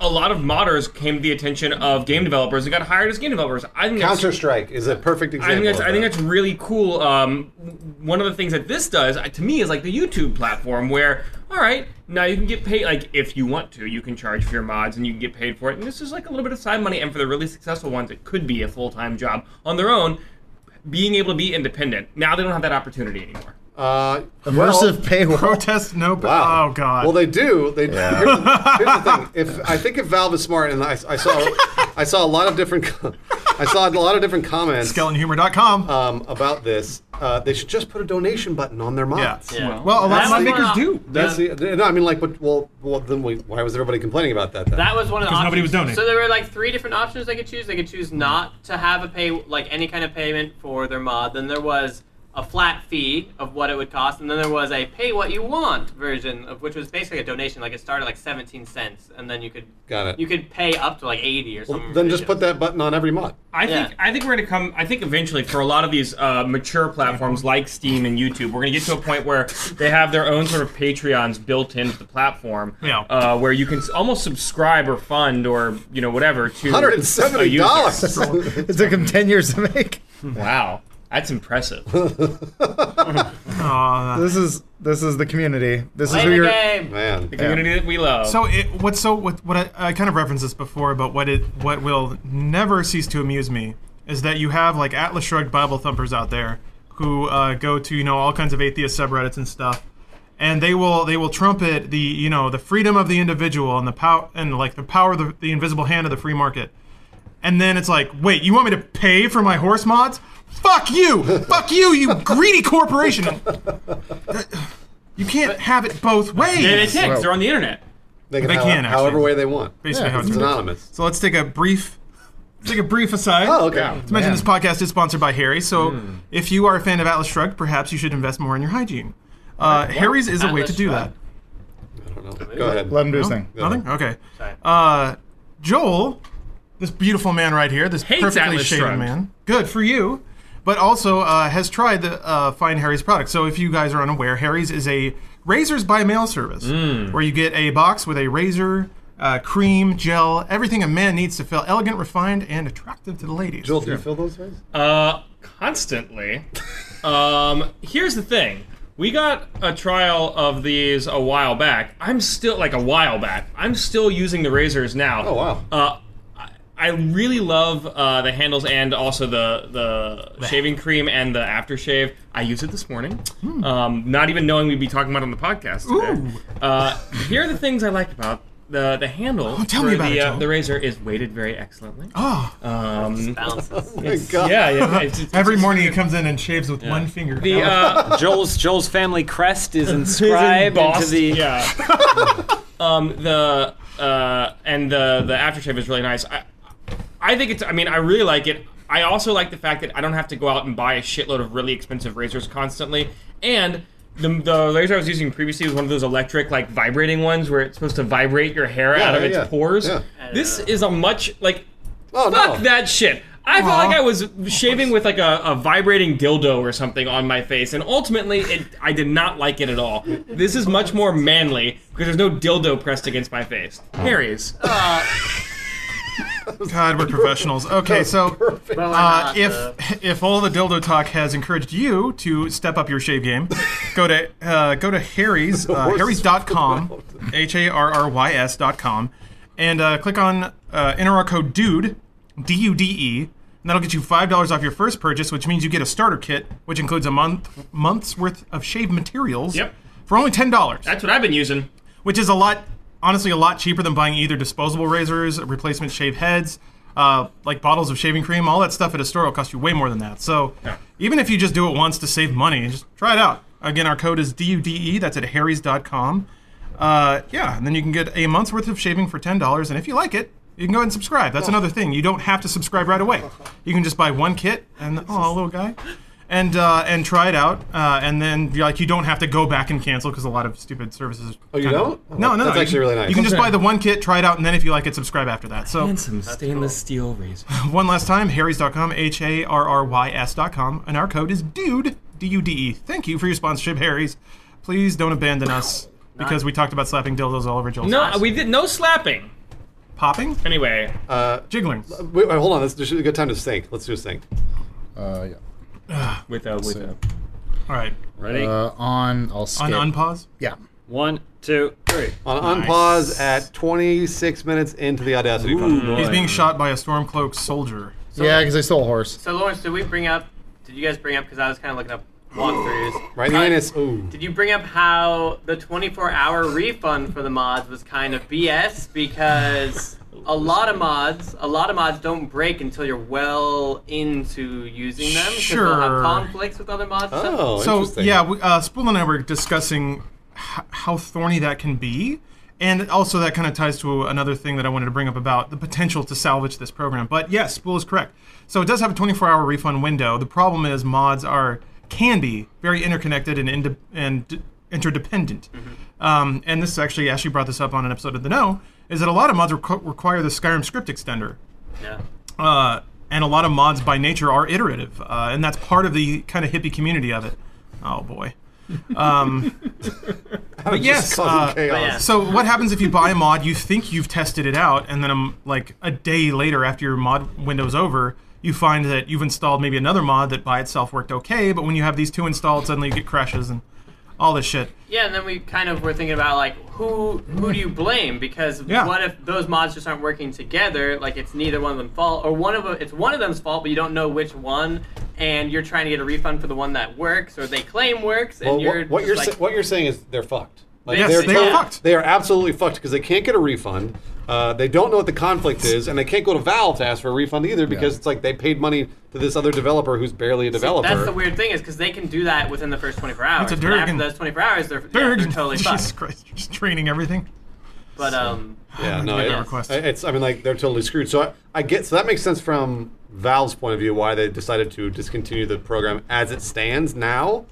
[SPEAKER 4] a lot of modders came to the attention of game developers and got hired as game developers. I think that's,
[SPEAKER 1] Counter Strike is a perfect
[SPEAKER 4] I
[SPEAKER 1] example.
[SPEAKER 4] think that's
[SPEAKER 1] of
[SPEAKER 4] I think
[SPEAKER 1] that.
[SPEAKER 4] that's really cool. Um, w- one of the things that this does uh, to me is like the YouTube platform where all right now you can get paid like if you want to you can charge for your mods and you can get paid for it and this is like a little bit of side money and for the really successful ones it could be a full time job on their own being able to be independent now they don't have that opportunity anymore.
[SPEAKER 1] Uh,
[SPEAKER 2] *laughs*
[SPEAKER 5] immersive paywall.
[SPEAKER 3] Protest no.
[SPEAKER 1] Wow.
[SPEAKER 3] Oh God.
[SPEAKER 1] Well, they do. They here's, the, here's the thing. If I think if Valve is smart, and I, I saw, I saw a lot of different, *laughs* co- I saw a lot of different comments
[SPEAKER 3] SkeletonHumor.com.
[SPEAKER 1] um, about this. Uh, they should just put a donation button on their
[SPEAKER 3] yeah.
[SPEAKER 1] mods.
[SPEAKER 2] Yeah.
[SPEAKER 3] Well, a lot of
[SPEAKER 2] That was
[SPEAKER 3] money.
[SPEAKER 2] one of the-
[SPEAKER 1] That's the, no, I mean like, but well, well then we, why was everybody complaining about that? Then?
[SPEAKER 2] That was one of the
[SPEAKER 3] 'Cause
[SPEAKER 2] options.
[SPEAKER 3] nobody was donating.
[SPEAKER 2] So there were like three different options they could choose. They could choose not to have a pay like any kind of payment for their mod. Then there was a flat fee of what it would cost, and then there was a pay what you want version of which was basically a donation. Like it started like seventeen cents, and then you could
[SPEAKER 1] Got it.
[SPEAKER 2] you could pay up to like eighty or something.
[SPEAKER 1] then just put
[SPEAKER 2] ridiculous.
[SPEAKER 1] that button on every mod.
[SPEAKER 4] I
[SPEAKER 2] Yeah.
[SPEAKER 4] think I think we're gonna come. I think eventually for a lot of these uh, mature platforms like Steam and YouTube, we're gonna get to a point where they have their own sort of Patreons built into the platform,
[SPEAKER 3] Yeah.
[SPEAKER 4] uh, where you can s- almost subscribe or fund or you know whatever to
[SPEAKER 1] Hundred and
[SPEAKER 4] a
[SPEAKER 1] seventy
[SPEAKER 4] user.
[SPEAKER 1] dollars.
[SPEAKER 5] It took him ten years to make.
[SPEAKER 4] Wow, that's impressive.
[SPEAKER 3] Aw.
[SPEAKER 5] This is this is the community. This is
[SPEAKER 2] Play
[SPEAKER 5] who
[SPEAKER 2] the
[SPEAKER 5] you're.
[SPEAKER 1] *laughs*
[SPEAKER 2] game.
[SPEAKER 1] Man,
[SPEAKER 4] Community that we love.
[SPEAKER 3] So it what so what what I, I kind of referenced this before, but what it what will never cease to amuse me is that you have like Atlas Shrugged Bible thumpers out there who uh, go to you know all kinds of atheist subreddits and stuff, and they will they will trumpet the you know the freedom of the individual and the power and like the power of the, the invisible hand of the free market, and then it's like wait you want me to pay for my horse mods? Fuck you! Fuck you! You greedy corporation! You can't have it both ways.
[SPEAKER 4] and it's it. They're on the internet.
[SPEAKER 1] they can,
[SPEAKER 3] They
[SPEAKER 1] have
[SPEAKER 3] can,
[SPEAKER 1] it however
[SPEAKER 3] actually.
[SPEAKER 1] way they want.
[SPEAKER 3] Basically how
[SPEAKER 1] it's
[SPEAKER 3] it's written.
[SPEAKER 1] anonymous.
[SPEAKER 3] So let's take a brief, take a brief aside.
[SPEAKER 1] Oh, okay.
[SPEAKER 3] To mention,
[SPEAKER 5] Man.
[SPEAKER 3] this podcast is sponsored by Harry. So if you are a fan of Atlas Shrugged, perhaps you should invest more in your hygiene. Uh, Harry's is a way
[SPEAKER 2] Atlas
[SPEAKER 3] to do
[SPEAKER 2] Shrugged?
[SPEAKER 3] that.
[SPEAKER 1] I don't know. Go ahead.
[SPEAKER 5] Let him do his
[SPEAKER 3] No?
[SPEAKER 5] thing.
[SPEAKER 3] Nothing. Okay.
[SPEAKER 2] Sorry.
[SPEAKER 3] Uh, Joel, this beautiful man right here, this
[SPEAKER 4] Hates
[SPEAKER 3] perfectly
[SPEAKER 4] Atlas
[SPEAKER 3] shaven
[SPEAKER 4] Shrugged.
[SPEAKER 3] man. Good for you. But also uh, has tried the uh, Find Harry's product. So if you guys are unaware, Harry's is a razors by mail service
[SPEAKER 1] Mm.
[SPEAKER 3] where you get a box with a razor, uh, cream, gel, everything a man needs to feel elegant, refined, and attractive to the ladies.
[SPEAKER 1] Joel, do you feel those ways?
[SPEAKER 4] Uh, constantly. um, here's the thing. We got a trial of these a while back. I'm still like a while back. I'm still using the razors now.
[SPEAKER 1] Oh, wow.
[SPEAKER 4] Uh, I- I really love uh, the handles and also the the shaving cream and the aftershave. I used it this morning,
[SPEAKER 3] Hmm.
[SPEAKER 4] um, not even knowing we'd be talking about it on the podcast today. Uh, here are the things I like about the the handle.
[SPEAKER 3] Oh, tell me
[SPEAKER 4] for
[SPEAKER 3] about
[SPEAKER 4] the,
[SPEAKER 3] it,
[SPEAKER 4] uh,
[SPEAKER 3] Joel.
[SPEAKER 4] the razor is weighted very excellently.
[SPEAKER 3] Oh,
[SPEAKER 4] Um,
[SPEAKER 2] Balances.
[SPEAKER 1] Thank God.
[SPEAKER 4] yeah, yeah. It's,
[SPEAKER 3] *laughs*
[SPEAKER 4] it's,
[SPEAKER 3] every morning he comes in and shaves with one finger. Oh,
[SPEAKER 4] the uh,
[SPEAKER 6] Joel's Joel's family
[SPEAKER 4] *laughs*
[SPEAKER 6] crest is inscribed into
[SPEAKER 4] embossed-
[SPEAKER 6] the.
[SPEAKER 4] yeah. *laughs* um, the uh, and the the aftershave is really nice. I I think it's. I mean, I really like it. I also like the fact that I don't have to go out and buy a shitload of really expensive razors constantly, And the, the laser I was using previously was one of those electric, like vibrating ones where it's supposed to vibrate your hair
[SPEAKER 1] Yeah,
[SPEAKER 4] out of
[SPEAKER 1] yeah,
[SPEAKER 4] its
[SPEAKER 1] yeah.
[SPEAKER 4] pores.
[SPEAKER 1] Yeah.
[SPEAKER 4] This is a much like
[SPEAKER 1] Oh no!
[SPEAKER 4] fuck that shit. I felt like I was shaving with like a, a vibrating dildo or something on my face, and ultimately, it, I did not like it at all. This is much more manly because there's no dildo pressed against my face. Harry's.
[SPEAKER 1] *laughs*
[SPEAKER 3] God, we're professionals. Okay, so
[SPEAKER 1] Perfect.
[SPEAKER 2] Well, I'm
[SPEAKER 3] uh,
[SPEAKER 2] not, uh,
[SPEAKER 3] if *laughs* if all the dildo talk has encouraged you to step up your shave game, go to uh, go
[SPEAKER 1] *laughs*
[SPEAKER 3] to Harry's uh,
[SPEAKER 1] horse is
[SPEAKER 3] Harry's.com, H A R R Y S dot com, and uh, click on uh, enter our code dude D U D E, and that'll get you five dollars off your first purchase, which means you get a starter kit, which includes a month month's worth of shave materials.
[SPEAKER 4] Yep.
[SPEAKER 3] For only ten dollars
[SPEAKER 4] That's what I've been using.
[SPEAKER 3] which is a lot, honestly, a lot cheaper than buying either disposable razors, replacement shave heads, uh, like bottles of shaving cream. All that stuff at a store will cost you way more than that. So even if you just do it once to save money, just try it out. Again, our code is DUDE. E. That's at harrys.com. Uh, yeah, and then you can get a month's worth of shaving for $10. And if you like it, you can go ahead and subscribe. That's another thing. You don't have to subscribe right away. You can just buy one kit and, oh, little guy and uh, and try it out, uh, and then you're like you don't have to go back and cancel because a lot of stupid services. Oh,
[SPEAKER 1] you don't? Oh,
[SPEAKER 3] No, no, no.
[SPEAKER 1] that's
[SPEAKER 3] you
[SPEAKER 1] actually
[SPEAKER 3] can-
[SPEAKER 1] really nice.
[SPEAKER 3] You can just
[SPEAKER 1] Okay.
[SPEAKER 3] buy the one kit, try it out, and then if you like it, subscribe after that. So
[SPEAKER 4] some stainless steel razor.
[SPEAKER 3] one last time, Harrys.com, H A R R Y S.com, and our code is dude D U D E. Thank you for your sponsorship, Harrys. Please don't abandon us
[SPEAKER 1] *laughs*
[SPEAKER 3] because we talked about slapping dildos all over Joel's
[SPEAKER 4] No,
[SPEAKER 3] house.
[SPEAKER 4] we did no slapping.
[SPEAKER 3] popping,
[SPEAKER 4] Anyway,
[SPEAKER 3] jiggling.
[SPEAKER 1] Wait, wait, hold on. This this is a good time to think. Let's do a think.
[SPEAKER 5] Uh, yeah.
[SPEAKER 4] with a with a
[SPEAKER 3] All right,
[SPEAKER 6] Ready?
[SPEAKER 5] Uh, on, I'll skip.
[SPEAKER 3] on unpause.
[SPEAKER 5] yeah.
[SPEAKER 6] One, two, three.
[SPEAKER 1] On unpause at 26 minutes into the Audacity project.
[SPEAKER 3] He's being shot by a stormcloak soldier.
[SPEAKER 5] yeah, because I stole a horse.
[SPEAKER 2] So Lawrence, did we bring up? Did you guys bring up? Because I was kind of looking up walkthroughs.
[SPEAKER 1] Right in the anus. Ooh.
[SPEAKER 2] Did you bring up how the 24-hour refund for the mods was kind of BS because a lot of mods, a lot of mods don't break until you're well into using them. 'cause They'll
[SPEAKER 3] Sure.
[SPEAKER 2] have conflicts with other mods. and stuff.
[SPEAKER 1] Oh,
[SPEAKER 3] So
[SPEAKER 1] interesting.
[SPEAKER 3] yeah, we, uh, Spool and I were discussing h- how thorny that can be, and also that kind of ties to another thing that I wanted to bring up about the potential to salvage this program. But yes, Spool is correct. So it does have a 24-hour refund window. The problem is mods are can be very interconnected and inde- and d- interdependent.
[SPEAKER 1] Mm-hmm.
[SPEAKER 3] Um, and this actually Ashley brought this up on an episode of the No. Is that a lot of mods requ- require the Skyrim script extender?
[SPEAKER 2] Yeah.
[SPEAKER 3] uh, and a lot of mods by nature are iterative, uh, and that's part of the kind of hippie community of it. Oh boy.
[SPEAKER 1] *laughs*
[SPEAKER 3] Um, but
[SPEAKER 1] Just
[SPEAKER 3] yes.
[SPEAKER 1] causing
[SPEAKER 3] uh,
[SPEAKER 1] chaos.
[SPEAKER 2] yeah.
[SPEAKER 3] so what happens if you buy a mod? You think you've tested it out, and then um, like a day later, after your mod window's over, you find that you've installed maybe another mod that by itself worked okay, but when you have these two installed, suddenly you get crashes and all this shit.
[SPEAKER 2] Yeah, and then we kind of were thinking about like who who do you blame? Because
[SPEAKER 3] Yeah.
[SPEAKER 2] what if those mods just aren't working together? Like it's neither one of them fault, or one of them, it's one of them's fault, but you don't know which one, and you're trying to get a refund for the one that works or they claim works, and
[SPEAKER 1] Well,
[SPEAKER 2] you're
[SPEAKER 1] what, what
[SPEAKER 2] just
[SPEAKER 1] you're
[SPEAKER 2] like,
[SPEAKER 1] sa- what you're saying is they're fucked. Like,
[SPEAKER 3] Yes,
[SPEAKER 1] they're
[SPEAKER 3] they
[SPEAKER 1] tot-
[SPEAKER 3] are fucked.
[SPEAKER 1] They are absolutely fucked because they can't get a refund. Uh, they don't know what the conflict is, and they can't go to Valve to ask for a refund either because it's like they paid money to this other developer who's barely a developer.
[SPEAKER 2] That's the weird thing is because they can do that within the first 24 hours.
[SPEAKER 3] a
[SPEAKER 2] but after
[SPEAKER 3] Durgan.
[SPEAKER 2] those 24 hours, they're, yeah, they're totally
[SPEAKER 3] *laughs* Jesus
[SPEAKER 2] fucked.
[SPEAKER 3] Christ, you're just training everything.
[SPEAKER 2] But um,
[SPEAKER 1] Yeah, no,
[SPEAKER 3] God,
[SPEAKER 1] it-
[SPEAKER 3] that request.
[SPEAKER 1] it's. I mean, like they're totally screwed. So I, I get. So that makes sense from Valve's point of view why they decided to discontinue the program as it stands now.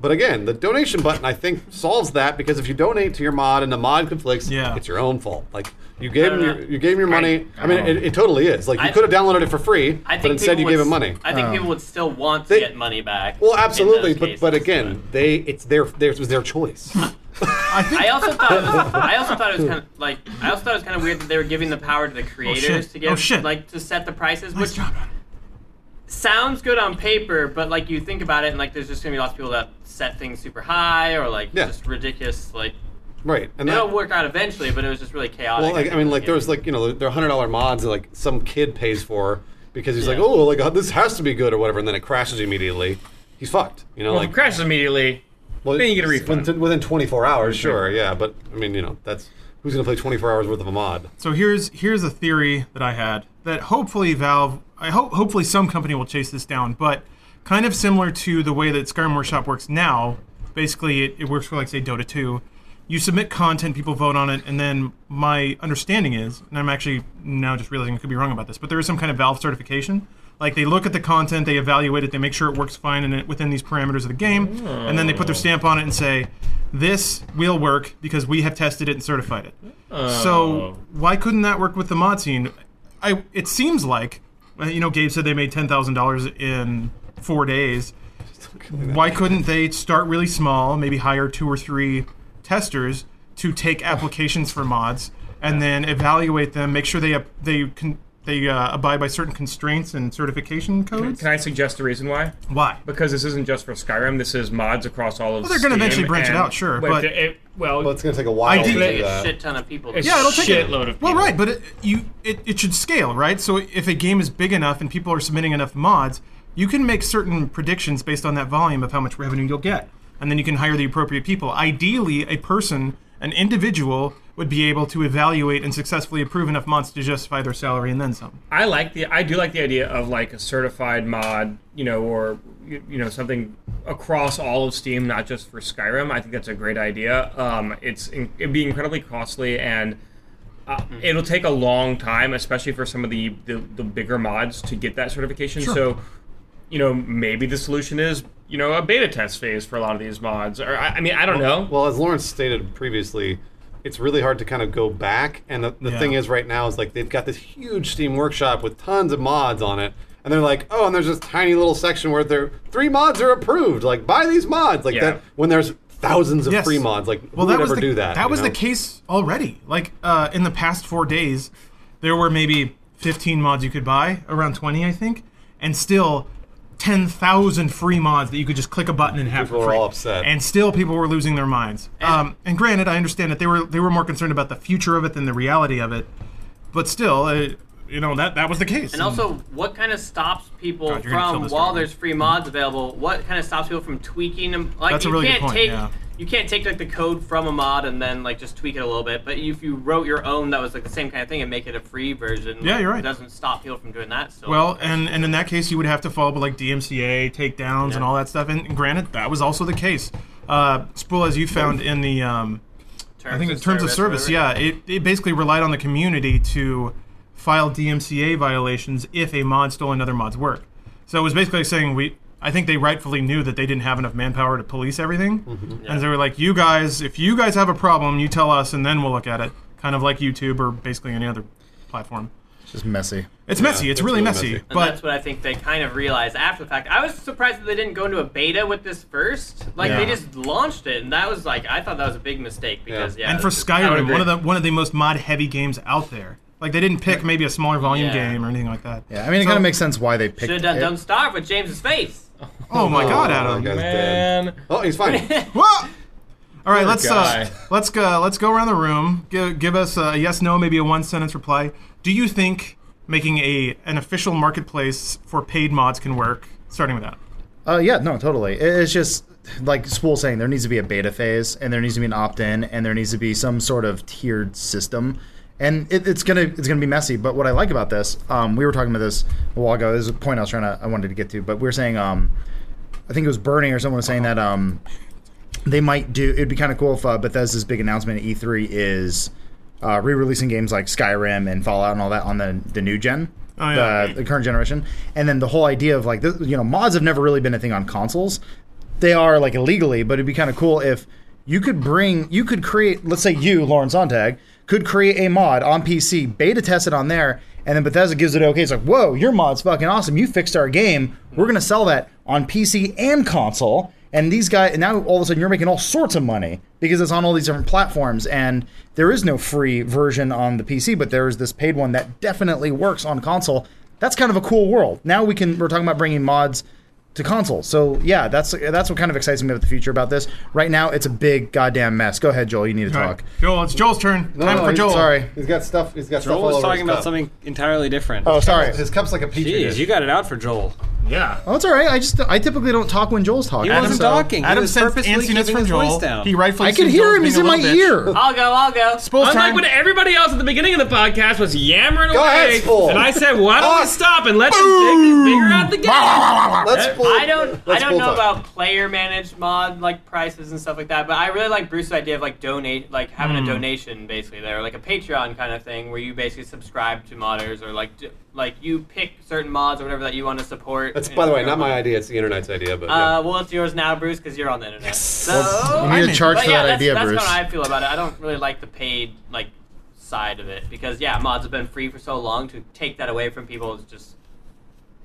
[SPEAKER 1] But again, the donation button I think solves that because if you donate to your mod and the mod conflicts,
[SPEAKER 3] Yeah.
[SPEAKER 1] it's your own fault. Like you gave
[SPEAKER 2] No,
[SPEAKER 1] him
[SPEAKER 2] no,
[SPEAKER 1] your,
[SPEAKER 2] no.
[SPEAKER 1] you gave him your money. I mean,
[SPEAKER 5] Oh.
[SPEAKER 1] it, it totally is. Like you
[SPEAKER 2] I-
[SPEAKER 1] could have downloaded it for free,
[SPEAKER 2] I think
[SPEAKER 1] but instead
[SPEAKER 2] people
[SPEAKER 1] you
[SPEAKER 2] would
[SPEAKER 1] gave
[SPEAKER 2] s-
[SPEAKER 1] him money.
[SPEAKER 2] I
[SPEAKER 3] Oh.
[SPEAKER 2] think people would still want to
[SPEAKER 1] They-
[SPEAKER 2] get money back.
[SPEAKER 1] well,
[SPEAKER 2] in those
[SPEAKER 1] absolutely, but but
[SPEAKER 2] cases,
[SPEAKER 1] again, they it's their, their it was their
[SPEAKER 2] *laughs*
[SPEAKER 1] choice.
[SPEAKER 3] I think
[SPEAKER 2] I also thought it was, I also thought it
[SPEAKER 1] *laughs*
[SPEAKER 2] was kind of like I also thought it was kind of weird that they were giving the power to the creators to give
[SPEAKER 3] Oh, shit.
[SPEAKER 2] like to set the prices,
[SPEAKER 3] Nice
[SPEAKER 2] which
[SPEAKER 3] job, Adam.
[SPEAKER 2] sounds good on paper, but like you think about it and like there's just gonna be lots of people that set things super high or like
[SPEAKER 1] Yeah.
[SPEAKER 2] just ridiculous like
[SPEAKER 1] right, and that-
[SPEAKER 2] it'll work out eventually, but it was just really chaotic.
[SPEAKER 1] Well, like I mean, like
[SPEAKER 2] Yeah.
[SPEAKER 1] there was like you know there are hundred dollar mods that like some kid pays for because he's like
[SPEAKER 2] Yeah.
[SPEAKER 1] oh like uh, this has to be good or whatever, and then it crashes immediately. He's fucked, you know.
[SPEAKER 4] Well,
[SPEAKER 1] like
[SPEAKER 4] if uh, it crashes immediately.
[SPEAKER 1] well,
[SPEAKER 4] then you get a refund.
[SPEAKER 1] within, within twenty four hours. Sure, yeah, but I mean, you know, that's who's gonna play twenty four hours worth of a mod?
[SPEAKER 3] So here's here's a theory that I had that hopefully Valve, I hope hopefully some company will chase this down, but kind of similar to the way that Skyrim Workshop works now. Basically, it, it works for like say Dota 2. you submit content, people vote on it, and then my understanding is, and I'm actually now just realizing I could be wrong about this, but there is some kind of Valve certification. Like they look at the content, they evaluate it, they make sure it works fine and it, within these parameters of the game, and then they put their stamp on it and say, "This will work because we have tested it and certified it." So why couldn't that work with the mod scene? I it seems like, uh, you know, Gabe said they made ten thousand dollars in four days why couldn't they start really small, maybe hire two or three testers to take applications for mods and then evaluate them, make sure they they con- they uh, abide by certain constraints and certification codes?
[SPEAKER 4] Can I suggest the reason why?
[SPEAKER 3] why?
[SPEAKER 4] Because this isn't just for Skyrim. This is mods across all of.
[SPEAKER 3] they're gonna
[SPEAKER 4] Steam
[SPEAKER 3] eventually branch it
[SPEAKER 4] and-
[SPEAKER 3] out, sure,
[SPEAKER 4] Well,
[SPEAKER 3] but-
[SPEAKER 4] it- well,
[SPEAKER 1] Well, it's going to take a while to
[SPEAKER 3] did-
[SPEAKER 1] do
[SPEAKER 2] Take
[SPEAKER 1] that.
[SPEAKER 2] a shit ton of people.
[SPEAKER 4] it's
[SPEAKER 3] Yeah, it'll take it.
[SPEAKER 4] shitload of
[SPEAKER 3] Well,
[SPEAKER 4] people.
[SPEAKER 3] right, but it, you it, it should scale, right? So if a game is big enough and people are submitting enough mods, you can make certain predictions based on that volume of how much revenue you'll get, and then you can hire the appropriate people. Ideally, a person, an individual, would be able to evaluate and successfully approve enough mods to justify their salary and then some.
[SPEAKER 4] I like the I do like the idea of like a certified mod, you know, or you, you know something across all of Steam, not just for Skyrim. I think that's a great idea. Um, it's in, it'd be incredibly costly and. Uh, it'll take a long time, especially for some of the, the, the bigger mods to get that certification. So, you know, maybe the solution is you know a beta test phase for a lot of these mods. Or I, I mean, I don't know.
[SPEAKER 1] Well, as Lawrence stated previously, it's really hard to kind of go back. And the, the
[SPEAKER 3] Yeah.
[SPEAKER 1] thing is, right now, is like they've got this huge Steam workshop with tons of mods on it. And they're like, oh, and there's this tiny little section where there three mods are approved. Like, buy these mods. Like
[SPEAKER 4] Yeah.
[SPEAKER 1] that when there's thousands of
[SPEAKER 3] Yes.
[SPEAKER 1] free mods. Like,
[SPEAKER 3] well,
[SPEAKER 1] who
[SPEAKER 3] that
[SPEAKER 1] would
[SPEAKER 3] was
[SPEAKER 1] ever
[SPEAKER 3] the,
[SPEAKER 1] do that? you
[SPEAKER 3] was the
[SPEAKER 1] know?
[SPEAKER 3] case already. Like uh, in the past four days, there were maybe 15 mods you could buy, around 20, I think, and still 10,000 free mods that you could just click a button and have
[SPEAKER 1] People
[SPEAKER 3] for
[SPEAKER 1] were
[SPEAKER 3] free.
[SPEAKER 1] all upset.
[SPEAKER 3] And still, people were losing their minds. Um, and granted, I understand that they were they were more concerned about the future of it than the reality of it. But still, uh, you know that that was the case.
[SPEAKER 2] And also, what kind of stops people
[SPEAKER 3] God, you're gonna kill
[SPEAKER 2] from
[SPEAKER 3] this
[SPEAKER 2] while
[SPEAKER 3] guy.
[SPEAKER 2] there's free mods available? What kind of stops people from tweaking them? Like
[SPEAKER 3] That's a
[SPEAKER 2] you
[SPEAKER 3] really good
[SPEAKER 2] can't
[SPEAKER 3] point,
[SPEAKER 2] take
[SPEAKER 3] yeah.
[SPEAKER 2] you can't take like the code from a mod and then like just tweak it a little bit. But if you wrote your own that was like the same kind of thing and make it a free version,
[SPEAKER 3] Yeah,
[SPEAKER 2] like,
[SPEAKER 3] you're right.
[SPEAKER 2] It doesn't stop people from doing that. So
[SPEAKER 3] Well, and, and in that case, you would have to follow up with like DMCA takedowns and all that stuff. And granted, that was also the case. Uh, Spool, as you found in the, um, I think in terms of service,
[SPEAKER 2] whatever.
[SPEAKER 3] yeah, it, it basically relied on the community to file DMCA violations if a mod stole another mod's work. So it was basically saying we. I think they rightfully knew that they didn't have enough manpower to police everything, and they were like, "You guys, if you guys have a problem, you tell us, and then we'll look at it." Kind of like YouTube or basically any other platform.
[SPEAKER 5] It's just messy.
[SPEAKER 3] It's messy. It's,
[SPEAKER 1] it's
[SPEAKER 3] really,
[SPEAKER 1] really
[SPEAKER 3] messy.
[SPEAKER 1] messy.
[SPEAKER 2] And
[SPEAKER 3] But
[SPEAKER 2] that's what I think they kind of realized after the fact. I was surprised that they didn't go into a beta with this first. Like they
[SPEAKER 3] Yeah.
[SPEAKER 2] just launched it, and that was like I thought that was a big mistake because yeah.
[SPEAKER 3] and for
[SPEAKER 2] it's just- I would
[SPEAKER 3] Skyrim,
[SPEAKER 2] agree.
[SPEAKER 3] one of the one of the most mod heavy games out there. Like they didn't pick maybe a smaller volume
[SPEAKER 2] Yeah.
[SPEAKER 3] game or anything like that.
[SPEAKER 5] Yeah, I mean, it
[SPEAKER 3] So-
[SPEAKER 5] kind of makes sense why they picked
[SPEAKER 2] should have done
[SPEAKER 5] it.
[SPEAKER 2] "Don't Starve" with James's face.
[SPEAKER 3] Oh my god, Adam!
[SPEAKER 1] that guy's dead.
[SPEAKER 4] Man,
[SPEAKER 1] Oh, he's
[SPEAKER 3] *laughs*
[SPEAKER 1] fine.
[SPEAKER 3] Whoa! All right, let's uh,
[SPEAKER 4] guy.
[SPEAKER 3] let's go let's go around the room. Give, give us a yes, no, maybe a one sentence reply. Do you think making a an official marketplace for paid mods can work? Starting with that.
[SPEAKER 5] Uh, yeah, no, totally. It- It's just like Spool saying there needs to be a beta phase, and there needs to be an opt-in, and there needs to be some sort of tiered system. And it, it's gonna it's gonna be messy. But what I like about this, um, we were talking about this a while ago. This is a point I was trying to I wanted to get to, but we were saying, um, I think it was Bernie or someone was saying that um, they might do. It'd be kind of cool if uh, Bethesda's big announcement at E3 is uh, re-releasing games like Skyrim and Fallout and all that on the the new gen,
[SPEAKER 3] Oh, yeah.
[SPEAKER 5] the, the current generation. And then the whole idea of like this, you know, mods have never really been a thing on consoles. They are like illegally, but it'd be kind of cool if you could bring, you could create, let's say you, Lauren Sontag, could create a mod on PC, beta test it on there, and then Bethesda gives it okay. It's like, whoa, your mod's fucking awesome. You fixed our game. We're gonna sell that on PC and console. And these guys, and now all of a sudden you're making all sorts of money because it's on all these different platforms. And there is no free version on the PC, but there is this paid one that definitely works on console. That's kind of a cool world. Now we can, we're talking about bringing mods to console. So yeah, that's that's what kind of excites me about the future about this. Right now, it's a big goddamn mess. Go ahead, Joel. You need to
[SPEAKER 3] All
[SPEAKER 5] talk.
[SPEAKER 3] right, Joel, it's Joel's turn. Time
[SPEAKER 1] no,
[SPEAKER 3] for
[SPEAKER 1] he's-
[SPEAKER 3] Joel.
[SPEAKER 5] Sorry.
[SPEAKER 1] He's got stuff. He's got
[SPEAKER 6] Joel
[SPEAKER 1] stuff all
[SPEAKER 6] was
[SPEAKER 1] over
[SPEAKER 6] talking
[SPEAKER 1] his
[SPEAKER 6] about
[SPEAKER 1] cup.
[SPEAKER 6] something entirely different.
[SPEAKER 5] Oh, sorry.
[SPEAKER 1] His cup's like a petri
[SPEAKER 6] Jeez,
[SPEAKER 1] dish.
[SPEAKER 6] you got it out for Joel.
[SPEAKER 4] Yeah.
[SPEAKER 5] Oh, it's all right. I just I typically don't talk when Joel's talking.
[SPEAKER 6] He wasn't
[SPEAKER 5] so-
[SPEAKER 6] talking.
[SPEAKER 3] Adam
[SPEAKER 6] he was
[SPEAKER 3] sensed
[SPEAKER 6] purposely
[SPEAKER 3] antsiness
[SPEAKER 6] keeping
[SPEAKER 3] from
[SPEAKER 6] his
[SPEAKER 3] Joel.
[SPEAKER 6] voice down.
[SPEAKER 3] He rightfully
[SPEAKER 5] I can
[SPEAKER 3] assumed
[SPEAKER 5] hear
[SPEAKER 3] Joel's
[SPEAKER 5] him.
[SPEAKER 3] being
[SPEAKER 5] He's
[SPEAKER 3] a
[SPEAKER 5] in my
[SPEAKER 3] little bitch.
[SPEAKER 5] ear.
[SPEAKER 2] I'll go. I'll go.
[SPEAKER 3] Spoil's
[SPEAKER 4] Unlike
[SPEAKER 3] time.
[SPEAKER 4] when everybody else at the beginning of the podcast was yammering
[SPEAKER 1] Go
[SPEAKER 4] away,
[SPEAKER 1] ahead, Spool.
[SPEAKER 4] and I said, "Why don't
[SPEAKER 1] Ah.
[SPEAKER 4] we stop and let them fig- figure out the game?"
[SPEAKER 1] Let's pull,
[SPEAKER 2] I don't. I
[SPEAKER 1] let's
[SPEAKER 2] don't
[SPEAKER 1] pull
[SPEAKER 2] know
[SPEAKER 1] time.
[SPEAKER 2] about player managed mod like prices and stuff like that, but I really like Bruce's idea of like donate, like having a donation basically there, like a Patreon kind of thing where you basically subscribe to modders or like d- like you pick certain mods or whatever that you want to support.
[SPEAKER 1] That's
[SPEAKER 2] and-
[SPEAKER 1] by the way, not my idea. It's the internet's idea, but yeah.
[SPEAKER 2] Uh, well, it's yours now, Bruce, because you're on the internet. So
[SPEAKER 5] You need
[SPEAKER 3] I
[SPEAKER 5] to
[SPEAKER 3] mean-
[SPEAKER 5] charge
[SPEAKER 2] but
[SPEAKER 5] for
[SPEAKER 2] yeah,
[SPEAKER 5] that
[SPEAKER 2] that's,
[SPEAKER 5] idea,
[SPEAKER 2] that's
[SPEAKER 5] Bruce.
[SPEAKER 2] how I feel about it. I don't really like the paid like side of it because yeah, mods have been free for so long. To take that away from people is just,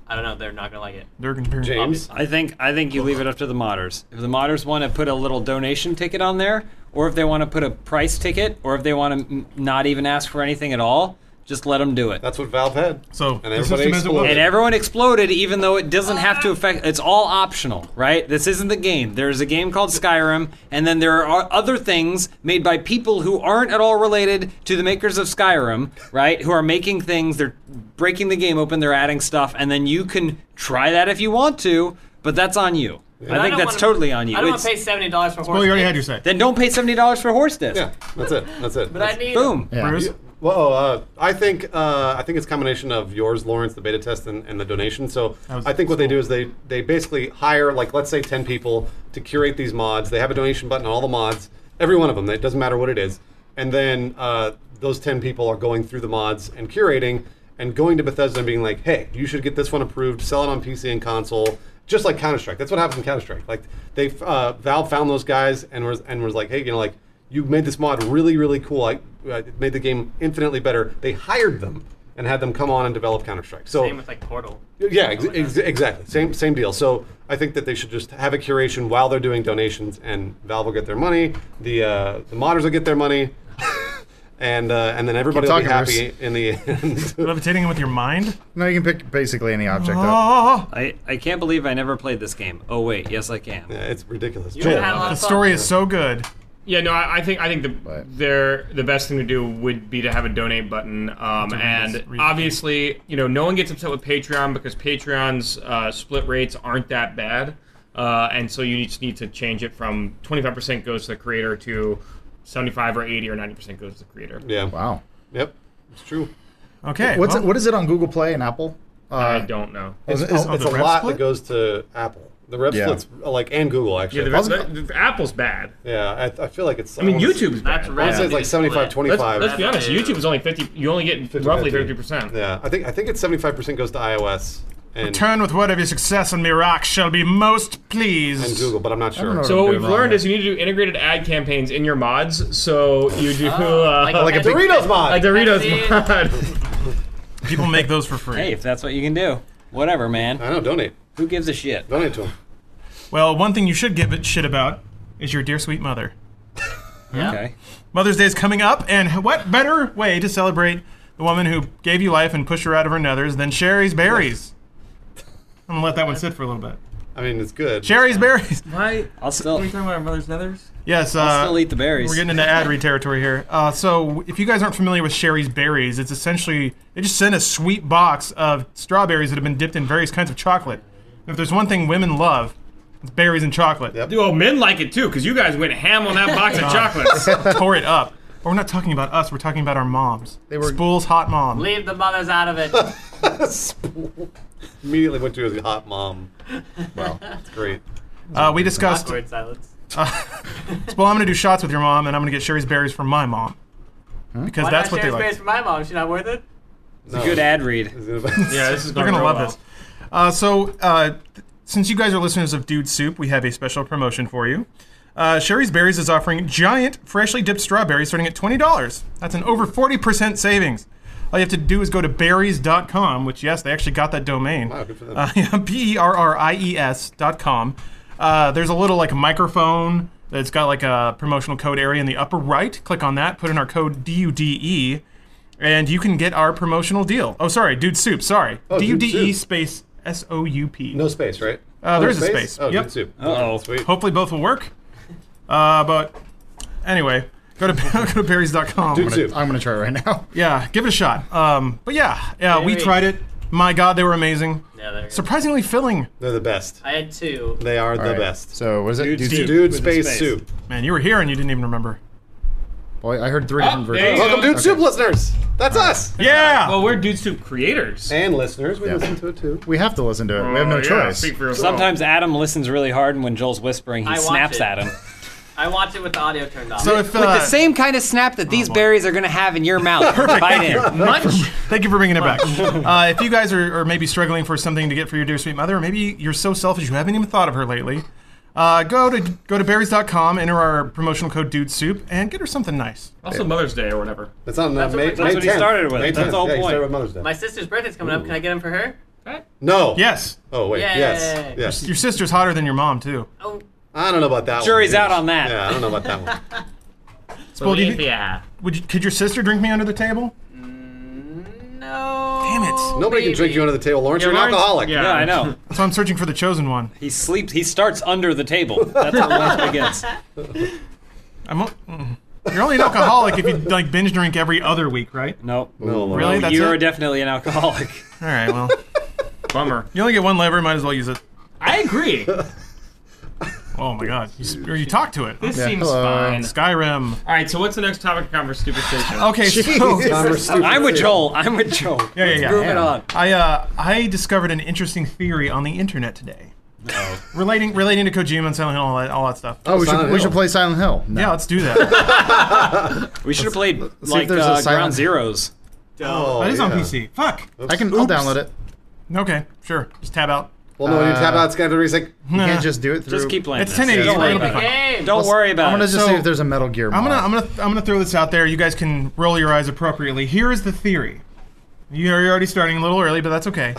[SPEAKER 2] I don't know. They're not gonna like it.
[SPEAKER 3] They're gonna hear him.
[SPEAKER 1] James,
[SPEAKER 6] I think I think you leave it up to the modders. If the modders want to put a little donation ticket on there, or if they want to put a price ticket, or if they want to m- not even ask for anything at all, just let them do it.
[SPEAKER 1] that's what Valve had.
[SPEAKER 3] So
[SPEAKER 1] and
[SPEAKER 3] the
[SPEAKER 1] everybody
[SPEAKER 3] system as it was.
[SPEAKER 1] exploded.
[SPEAKER 6] and everyone exploded, even though it doesn't have to affect. It's all optional, right? This isn't the game. There's a game called Skyrim, and then there are other things made by people who aren't at all related to the makers of Skyrim, right? Who are making things. They're breaking the game open. They're adding stuff, and then you can try that if you want to, but that's on you. I think
[SPEAKER 2] don't
[SPEAKER 6] that's
[SPEAKER 2] wanna-
[SPEAKER 6] totally on you.
[SPEAKER 2] I don't want
[SPEAKER 6] It's-
[SPEAKER 2] to pay seventy dollars for horse.
[SPEAKER 3] Well, you already had your
[SPEAKER 2] dicks,
[SPEAKER 3] say.
[SPEAKER 6] then don't pay seventy dollars for horse disc.
[SPEAKER 1] yeah, that's it. That's it.
[SPEAKER 2] But
[SPEAKER 1] That's-
[SPEAKER 2] I need
[SPEAKER 6] Boom.
[SPEAKER 5] Yeah.
[SPEAKER 3] *laughs* Bruce,
[SPEAKER 1] Well, uh, I think uh, I think it's a combination of yours, Lawrence, the beta test, and, and the donation. So
[SPEAKER 3] was-
[SPEAKER 1] I think what they do is they they basically hire like let's say ten people to curate these mods. They have a donation button on all the mods, every one of them. It doesn't matter what it is, and then uh, those ten people are going through the mods and curating and going to Bethesda and being like, hey, you should get this one approved, sell it on PC and console. Just like Counter Strike, that's what happens in Counter Strike. Like they, uh, Valve found those guys and was and was like, hey, you know, like you made this mod really, really cool. I uh, it made the game infinitely better. They hired them and had them come on and develop Counter Strike. So
[SPEAKER 2] Same with like Portal.
[SPEAKER 1] yeah, ex- ex- exactly. Same same deal. So I think that they should just have a curation while they're doing donations, and Valve will get their money. The uh, the modders will get their money. *laughs* And, uh, and then everybody will be
[SPEAKER 5] talking, Bruce.
[SPEAKER 1] happy in the end. *laughs*
[SPEAKER 3] levitating him with your mind.
[SPEAKER 5] No, you can pick basically any object up.
[SPEAKER 3] Oh,
[SPEAKER 6] I, I can't believe I never played this game. Oh wait, yes I can.
[SPEAKER 1] Yeah, it's ridiculous.
[SPEAKER 2] You had a lot
[SPEAKER 3] the
[SPEAKER 2] of fun.
[SPEAKER 3] story is so good.
[SPEAKER 4] Yeah, no, I, I think I think the
[SPEAKER 5] But-
[SPEAKER 4] their the best thing to do would be to have a donate button, um, and
[SPEAKER 3] this read-
[SPEAKER 4] obviously, you know, no one gets upset with Patreon because Patreon's uh, split rates aren't that bad, uh, and so you just need to change it from twenty five percent goes to the creator to seventy five or eighty or ninety percent goes to the creator.
[SPEAKER 1] Yeah.
[SPEAKER 5] Wow.
[SPEAKER 1] Yep. It's true.
[SPEAKER 3] Okay.
[SPEAKER 5] What's
[SPEAKER 3] well,
[SPEAKER 5] it, what is it on Google Play and Apple? Uh,
[SPEAKER 4] I don't know.
[SPEAKER 1] It's, it's,
[SPEAKER 3] oh,
[SPEAKER 1] it's a
[SPEAKER 3] the rev
[SPEAKER 1] lot
[SPEAKER 3] split?
[SPEAKER 1] that goes to Apple. The rev
[SPEAKER 5] Yeah.
[SPEAKER 1] splits, uh, like, and Google,
[SPEAKER 4] Yeah,
[SPEAKER 1] actually.
[SPEAKER 4] the,
[SPEAKER 1] Yeah,
[SPEAKER 4] the, the- Apple's bad.
[SPEAKER 1] I, I feel like it's.
[SPEAKER 4] I mean,
[SPEAKER 1] wanna s-
[SPEAKER 4] YouTube's bad.
[SPEAKER 1] I'd
[SPEAKER 2] That's
[SPEAKER 1] say
[SPEAKER 2] revenue
[SPEAKER 1] it's like 75,
[SPEAKER 2] split.
[SPEAKER 1] 25.
[SPEAKER 4] Let's be honest,
[SPEAKER 2] That's-
[SPEAKER 4] YouTube's only fifty. You only get
[SPEAKER 1] 50,
[SPEAKER 4] roughly
[SPEAKER 1] 50.
[SPEAKER 4] thirty percent.
[SPEAKER 1] Yeah, I think I think it's 75% goes to iOS and,
[SPEAKER 3] Turn with whatever success on Mirac shall be most pleased.
[SPEAKER 1] and Google, but I'm not sure.
[SPEAKER 5] know.
[SPEAKER 4] So what we've
[SPEAKER 5] Wrong.
[SPEAKER 4] learned is you need to do integrated ad campaigns in your mods. So you do uh,
[SPEAKER 2] like,
[SPEAKER 4] *laughs* like
[SPEAKER 5] a big-
[SPEAKER 1] Doritos mod.
[SPEAKER 4] a Doritos
[SPEAKER 2] Pepsi.
[SPEAKER 4] mod. *laughs*
[SPEAKER 3] People make those for free.
[SPEAKER 6] Hey, if that's what you can do, whatever, man.
[SPEAKER 1] I know. Donate.
[SPEAKER 6] Who gives a shit?
[SPEAKER 1] Donate to him.
[SPEAKER 3] Well, one thing you should give a shit about is your dear sweet mother.
[SPEAKER 6] Okay.
[SPEAKER 3] Mother's Day is coming up, and what better way to celebrate the woman who gave you life and pushed her out of her nethers than Sherry's
[SPEAKER 6] *laughs*
[SPEAKER 3] Berries? I'm gonna let that one sit for a little bit.
[SPEAKER 1] I mean, it's good.
[SPEAKER 3] Sherry's Berries.
[SPEAKER 4] Why?
[SPEAKER 6] I'll still
[SPEAKER 4] talking about our mother's nethers?
[SPEAKER 3] Yes. Uh,
[SPEAKER 6] I'll still eat the berries.
[SPEAKER 3] We're getting into ad read territory here. Uh, so, if you guys aren't familiar with Sherry's Berries, it's essentially they just send a sweet box of strawberries that have been dipped in various kinds of chocolate. And if there's one thing women love, it's berries and chocolate.
[SPEAKER 1] Yep.
[SPEAKER 4] Oh, men like it too, because you guys went ham on that box *laughs* of chocolates.
[SPEAKER 3] *laughs* Pour it up. But we're not talking about us. We're talking about our moms. They
[SPEAKER 5] were-
[SPEAKER 3] Spool's hot mom.
[SPEAKER 2] Leave the mothers out of
[SPEAKER 3] *laughs*
[SPEAKER 2] it.
[SPEAKER 1] *laughs* Immediately went to his hot mom. Wow, that's great.
[SPEAKER 3] Uh, we discussed.
[SPEAKER 2] Awkward silence.
[SPEAKER 3] Spool, I'm gonna do shots with your mom, and I'm gonna get Sherry's berries from my mom because
[SPEAKER 2] Why
[SPEAKER 3] that's
[SPEAKER 2] not
[SPEAKER 3] what they
[SPEAKER 2] share
[SPEAKER 3] like.
[SPEAKER 2] space for my mom? She not worth it.
[SPEAKER 1] No.
[SPEAKER 6] Good ad read.
[SPEAKER 4] yeah,
[SPEAKER 1] *laughs*
[SPEAKER 4] this is
[SPEAKER 3] They're gonna
[SPEAKER 4] go
[SPEAKER 3] love
[SPEAKER 4] well.
[SPEAKER 3] this. Uh, so, uh, th- since you guys are listeners of Dude Soup, we have a special promotion for you. Uh, Sherry's Berries is offering giant, freshly dipped strawberries starting at twenty dollars. That's an over forty percent savings. All you have to do is go to berries.com, which yes, they actually got that domain.
[SPEAKER 1] Wow, Oh, good for them.
[SPEAKER 3] Uh, *laughs* yeah, P E R R I E S dot com. Uh, there's a little like microphone that's got like a promotional code area in the upper right. Click on that, put in our code D U D E, and you can get our promotional deal. Oh, sorry, Dude Soup, sorry. D U
[SPEAKER 1] Oh, Dude
[SPEAKER 3] D E
[SPEAKER 1] Soup.
[SPEAKER 3] space S O U P.
[SPEAKER 1] no space, right?
[SPEAKER 3] Uh, there is a space.
[SPEAKER 1] Oh,
[SPEAKER 3] Yep.
[SPEAKER 1] good soup.
[SPEAKER 6] Uh-oh.
[SPEAKER 1] sweet.
[SPEAKER 3] Hopefully both will work. Uh, but anyway, go to, *laughs* go to berries.com.
[SPEAKER 1] Dude soup.
[SPEAKER 5] I'm gonna try it right now.
[SPEAKER 3] Yeah, give it a shot. Um, but yeah, yeah, we
[SPEAKER 2] wait.
[SPEAKER 3] tried it. My God, they were amazing.
[SPEAKER 2] Yeah, there you go.
[SPEAKER 3] Surprisingly filling.
[SPEAKER 1] They're the best.
[SPEAKER 2] I had two.
[SPEAKER 1] They are the
[SPEAKER 5] All right.
[SPEAKER 1] best.
[SPEAKER 5] So what is it?
[SPEAKER 4] Dude,
[SPEAKER 5] Dude,
[SPEAKER 4] Steve.
[SPEAKER 5] Soup?
[SPEAKER 1] Dude
[SPEAKER 4] With
[SPEAKER 1] Space
[SPEAKER 4] space.
[SPEAKER 1] Soup.
[SPEAKER 3] Man, you were here and you didn't even remember.
[SPEAKER 5] Well, I heard three different
[SPEAKER 4] there you
[SPEAKER 5] versions.
[SPEAKER 4] go.
[SPEAKER 1] Welcome, Dude Soup listeners. That's us.
[SPEAKER 3] Yeah.
[SPEAKER 4] Well, we're Dude Soup creators.
[SPEAKER 1] And listeners, we
[SPEAKER 5] Yeah.
[SPEAKER 1] listen to it too.
[SPEAKER 5] We have to listen to it. We have no
[SPEAKER 4] Oh, yeah,
[SPEAKER 5] choice. *laughs*
[SPEAKER 4] Speak for yourself.
[SPEAKER 6] Sometimes Adam listens really hard, and when Joel's whispering, he
[SPEAKER 2] I watch
[SPEAKER 6] snaps
[SPEAKER 2] it.
[SPEAKER 6] at him. *laughs*
[SPEAKER 2] I watched it with the audio turned off.
[SPEAKER 3] so if, uh,
[SPEAKER 6] With the same kind of snap
[SPEAKER 3] Oh,
[SPEAKER 6] that these berries are going to have in your *laughs* mouth. Bite in.
[SPEAKER 4] Much.
[SPEAKER 3] Thank you for bringing it
[SPEAKER 6] *laughs*
[SPEAKER 3] back. uh, if you guys are, are maybe struggling for something to get for your dear sweet mother, or maybe you're so selfish you haven't even thought of her lately, uh, go to go to berries.com, enter our promotional code Dude Soup, and get her something nice.
[SPEAKER 4] Also Mother's Day or whatever.
[SPEAKER 1] It's on uh,
[SPEAKER 2] That's what-
[SPEAKER 1] May,
[SPEAKER 2] that's
[SPEAKER 1] May
[SPEAKER 2] what
[SPEAKER 6] he
[SPEAKER 1] 10th.
[SPEAKER 6] started with.
[SPEAKER 1] May
[SPEAKER 6] That's
[SPEAKER 1] 10th.
[SPEAKER 6] the whole
[SPEAKER 1] yeah, he
[SPEAKER 6] point.
[SPEAKER 1] started with Mother's Day.
[SPEAKER 2] My sister's birthday's coming up. Can I get them for her?
[SPEAKER 4] Right?
[SPEAKER 1] no.
[SPEAKER 3] Yes,
[SPEAKER 1] Oh wait.
[SPEAKER 2] Yay.
[SPEAKER 1] Yes. Yes.
[SPEAKER 3] your sister's hotter than your mom too.
[SPEAKER 2] Oh,
[SPEAKER 1] I don't know about that.
[SPEAKER 6] Jury's
[SPEAKER 1] one, dude.
[SPEAKER 6] out on that.
[SPEAKER 1] Yeah, I don't know about that one.
[SPEAKER 3] Well, do you-
[SPEAKER 4] yeah.
[SPEAKER 3] would you, could your sister drink me under the table?
[SPEAKER 2] no.
[SPEAKER 3] Damn it.
[SPEAKER 1] Nobody can drink you under the table, Lawrence. you're an
[SPEAKER 4] Lawrence-
[SPEAKER 1] alcoholic.
[SPEAKER 4] yeah.
[SPEAKER 6] Yeah, I know.
[SPEAKER 3] So I'm searching for the chosen one.
[SPEAKER 6] He sleeps. He starts under the table. That's how Lawrence *laughs* begins.
[SPEAKER 3] I'm. o- mm. You're only an alcoholic if you like binge drink every other week, right?
[SPEAKER 6] Nope.
[SPEAKER 1] No, Lawrence.
[SPEAKER 3] Really? That's
[SPEAKER 6] you are
[SPEAKER 3] it?
[SPEAKER 6] definitely an alcoholic.
[SPEAKER 3] All right. Well,
[SPEAKER 4] Bummer.
[SPEAKER 3] you only get one lever. Might as well use it.
[SPEAKER 4] *laughs* I agree.
[SPEAKER 3] Oh my God. You, sp- or you talk to it.
[SPEAKER 4] This seems
[SPEAKER 5] Hello.
[SPEAKER 4] fine.
[SPEAKER 3] Skyrim.
[SPEAKER 4] All right. So what's the next topic of conversation?
[SPEAKER 3] Okay. So,
[SPEAKER 5] Jeez. *laughs*
[SPEAKER 1] Converse-
[SPEAKER 6] *laughs* I'm with Joel. I'm with Joel.
[SPEAKER 3] yeah, yeah, yeah.
[SPEAKER 6] Moving on.
[SPEAKER 3] I uh, I discovered an interesting theory on the internet today, relating relating to Kojima and Silent Hill, all that, all that stuff.
[SPEAKER 5] Oh, we
[SPEAKER 1] Silent
[SPEAKER 5] should, we
[SPEAKER 1] Hill.
[SPEAKER 5] should play Silent Hill. No.
[SPEAKER 3] Yeah, let's do that.
[SPEAKER 6] We should have played
[SPEAKER 5] see if
[SPEAKER 6] like
[SPEAKER 5] there's a
[SPEAKER 6] uh,
[SPEAKER 5] silent-
[SPEAKER 6] Ground Zeroes.
[SPEAKER 1] Oh,
[SPEAKER 3] That is on
[SPEAKER 1] yeah.
[SPEAKER 3] PC. Fuck.
[SPEAKER 5] I can. I'll download it.
[SPEAKER 3] Okay, sure. Just tab out.
[SPEAKER 1] Well, no, when you tap out, it's got to resync.
[SPEAKER 5] You can't just do it through.
[SPEAKER 6] Just keep playing.
[SPEAKER 3] It's
[SPEAKER 6] this.
[SPEAKER 3] 1080.
[SPEAKER 6] Don't worry
[SPEAKER 3] It'll be
[SPEAKER 6] about it.
[SPEAKER 2] Game.
[SPEAKER 6] Don't worry about
[SPEAKER 5] I'm gonna
[SPEAKER 6] it.
[SPEAKER 5] just
[SPEAKER 3] So-
[SPEAKER 5] see if there's a Metal Gear.
[SPEAKER 3] I'm gonna
[SPEAKER 5] mod.
[SPEAKER 3] I'm gonna I'm gonna throw this out there. You guys can roll your eyes appropriately. Here is the theory. You're already starting a little early, but that's okay.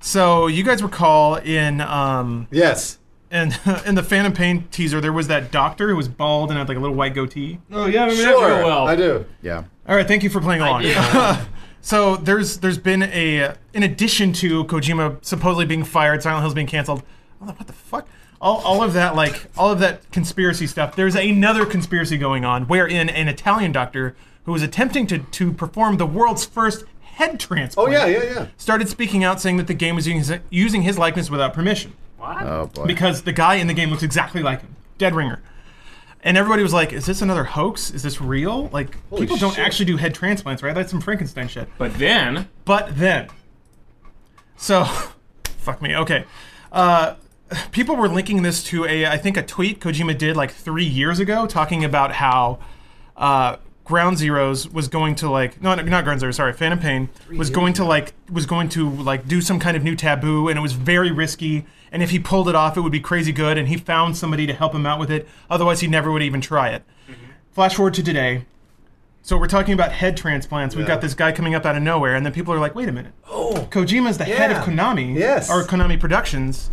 [SPEAKER 3] So you guys recall in um
[SPEAKER 1] Yes.
[SPEAKER 3] in, *laughs* in the Phantom Pain teaser there was that doctor who was bald and had like a little white goatee.
[SPEAKER 4] Oh yeah, I remember that
[SPEAKER 1] Sure.
[SPEAKER 4] real well.
[SPEAKER 1] I do.
[SPEAKER 5] Yeah.
[SPEAKER 3] All right, thank you for playing along.
[SPEAKER 2] do.
[SPEAKER 3] *laughs* so there's there's been a uh, in addition to Kojima supposedly being fired, Silent Hill's being canceled. oh, What the fuck? All, all of that like all of that conspiracy stuff. There's another conspiracy going on wherein an Italian doctor who was attempting to to perform the world's first head
[SPEAKER 1] Oh
[SPEAKER 3] transplant
[SPEAKER 1] yeah, yeah, yeah.
[SPEAKER 3] started speaking out saying that the game was using his, using his likeness without permission *laughs*
[SPEAKER 5] Oh boy.
[SPEAKER 3] because the guy in the game looks exactly like him. Dead ringer. And everybody was like, is this another hoax? Is this real? Like, people don't
[SPEAKER 1] shit.
[SPEAKER 3] actually do head transplants, right? That's some Frankenstein shit.
[SPEAKER 4] But then
[SPEAKER 3] But then, so, *laughs* fuck me. Okay. Uh, people were linking this to a, I think, a tweet Kojima did like three years ago talking about how uh, Ground Zeroes was going to like, no, no, not Ground Zero, sorry, Phantom Pain was going to like, was going to like do some kind of new taboo and it was very risky. And if he pulled it off, it would be crazy good. And he found somebody to help him out with it. Otherwise, he never would even try it.
[SPEAKER 1] Mm-hmm.
[SPEAKER 3] Flash forward to today. So we're talking about head transplants. We've
[SPEAKER 1] Yeah.
[SPEAKER 3] got this guy coming up out of nowhere, and then people are like, "Wait a minute! Oh, Kojima's the head of
[SPEAKER 1] yeah.
[SPEAKER 3] Konami,
[SPEAKER 1] Yes.
[SPEAKER 3] or Konami Productions.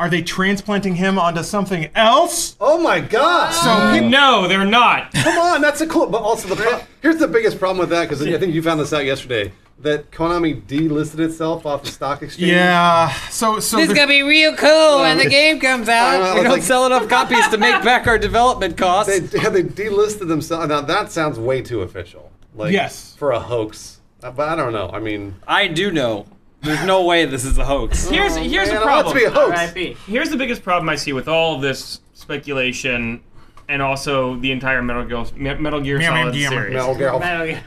[SPEAKER 3] Are they transplanting him onto something else?"
[SPEAKER 1] Oh my god.
[SPEAKER 3] So people,
[SPEAKER 4] no, they're not.
[SPEAKER 1] Come on, that's a cool. But also the pro- here's the biggest problem with that because I think you found this out yesterday that Konami delisted itself off the stock exchange.
[SPEAKER 3] yeah. So so
[SPEAKER 6] This is
[SPEAKER 3] the-
[SPEAKER 6] gonna be real cool when the game comes
[SPEAKER 1] I know,
[SPEAKER 6] out. We
[SPEAKER 1] it's
[SPEAKER 6] don't
[SPEAKER 1] like-
[SPEAKER 6] sell enough copies to make back our development costs.
[SPEAKER 1] They yeah, they delisted themselves. Now that sounds way too official. Like
[SPEAKER 3] Yes.
[SPEAKER 1] for a hoax. Uh, But I don't know. I mean,
[SPEAKER 6] I do know. There's no way this is a hoax.
[SPEAKER 4] Here's here's
[SPEAKER 1] man,
[SPEAKER 4] the
[SPEAKER 1] I want it
[SPEAKER 4] problem.
[SPEAKER 1] to be a hoax.
[SPEAKER 2] R.I.P.
[SPEAKER 4] Here's the biggest problem I see with all of this speculation, and also the entire Metal Gear Me- Metal Gear
[SPEAKER 3] Meow, meow,
[SPEAKER 4] Solid
[SPEAKER 3] meow.
[SPEAKER 4] series.
[SPEAKER 1] Metal Gear, Alpha,
[SPEAKER 2] Metal Gear.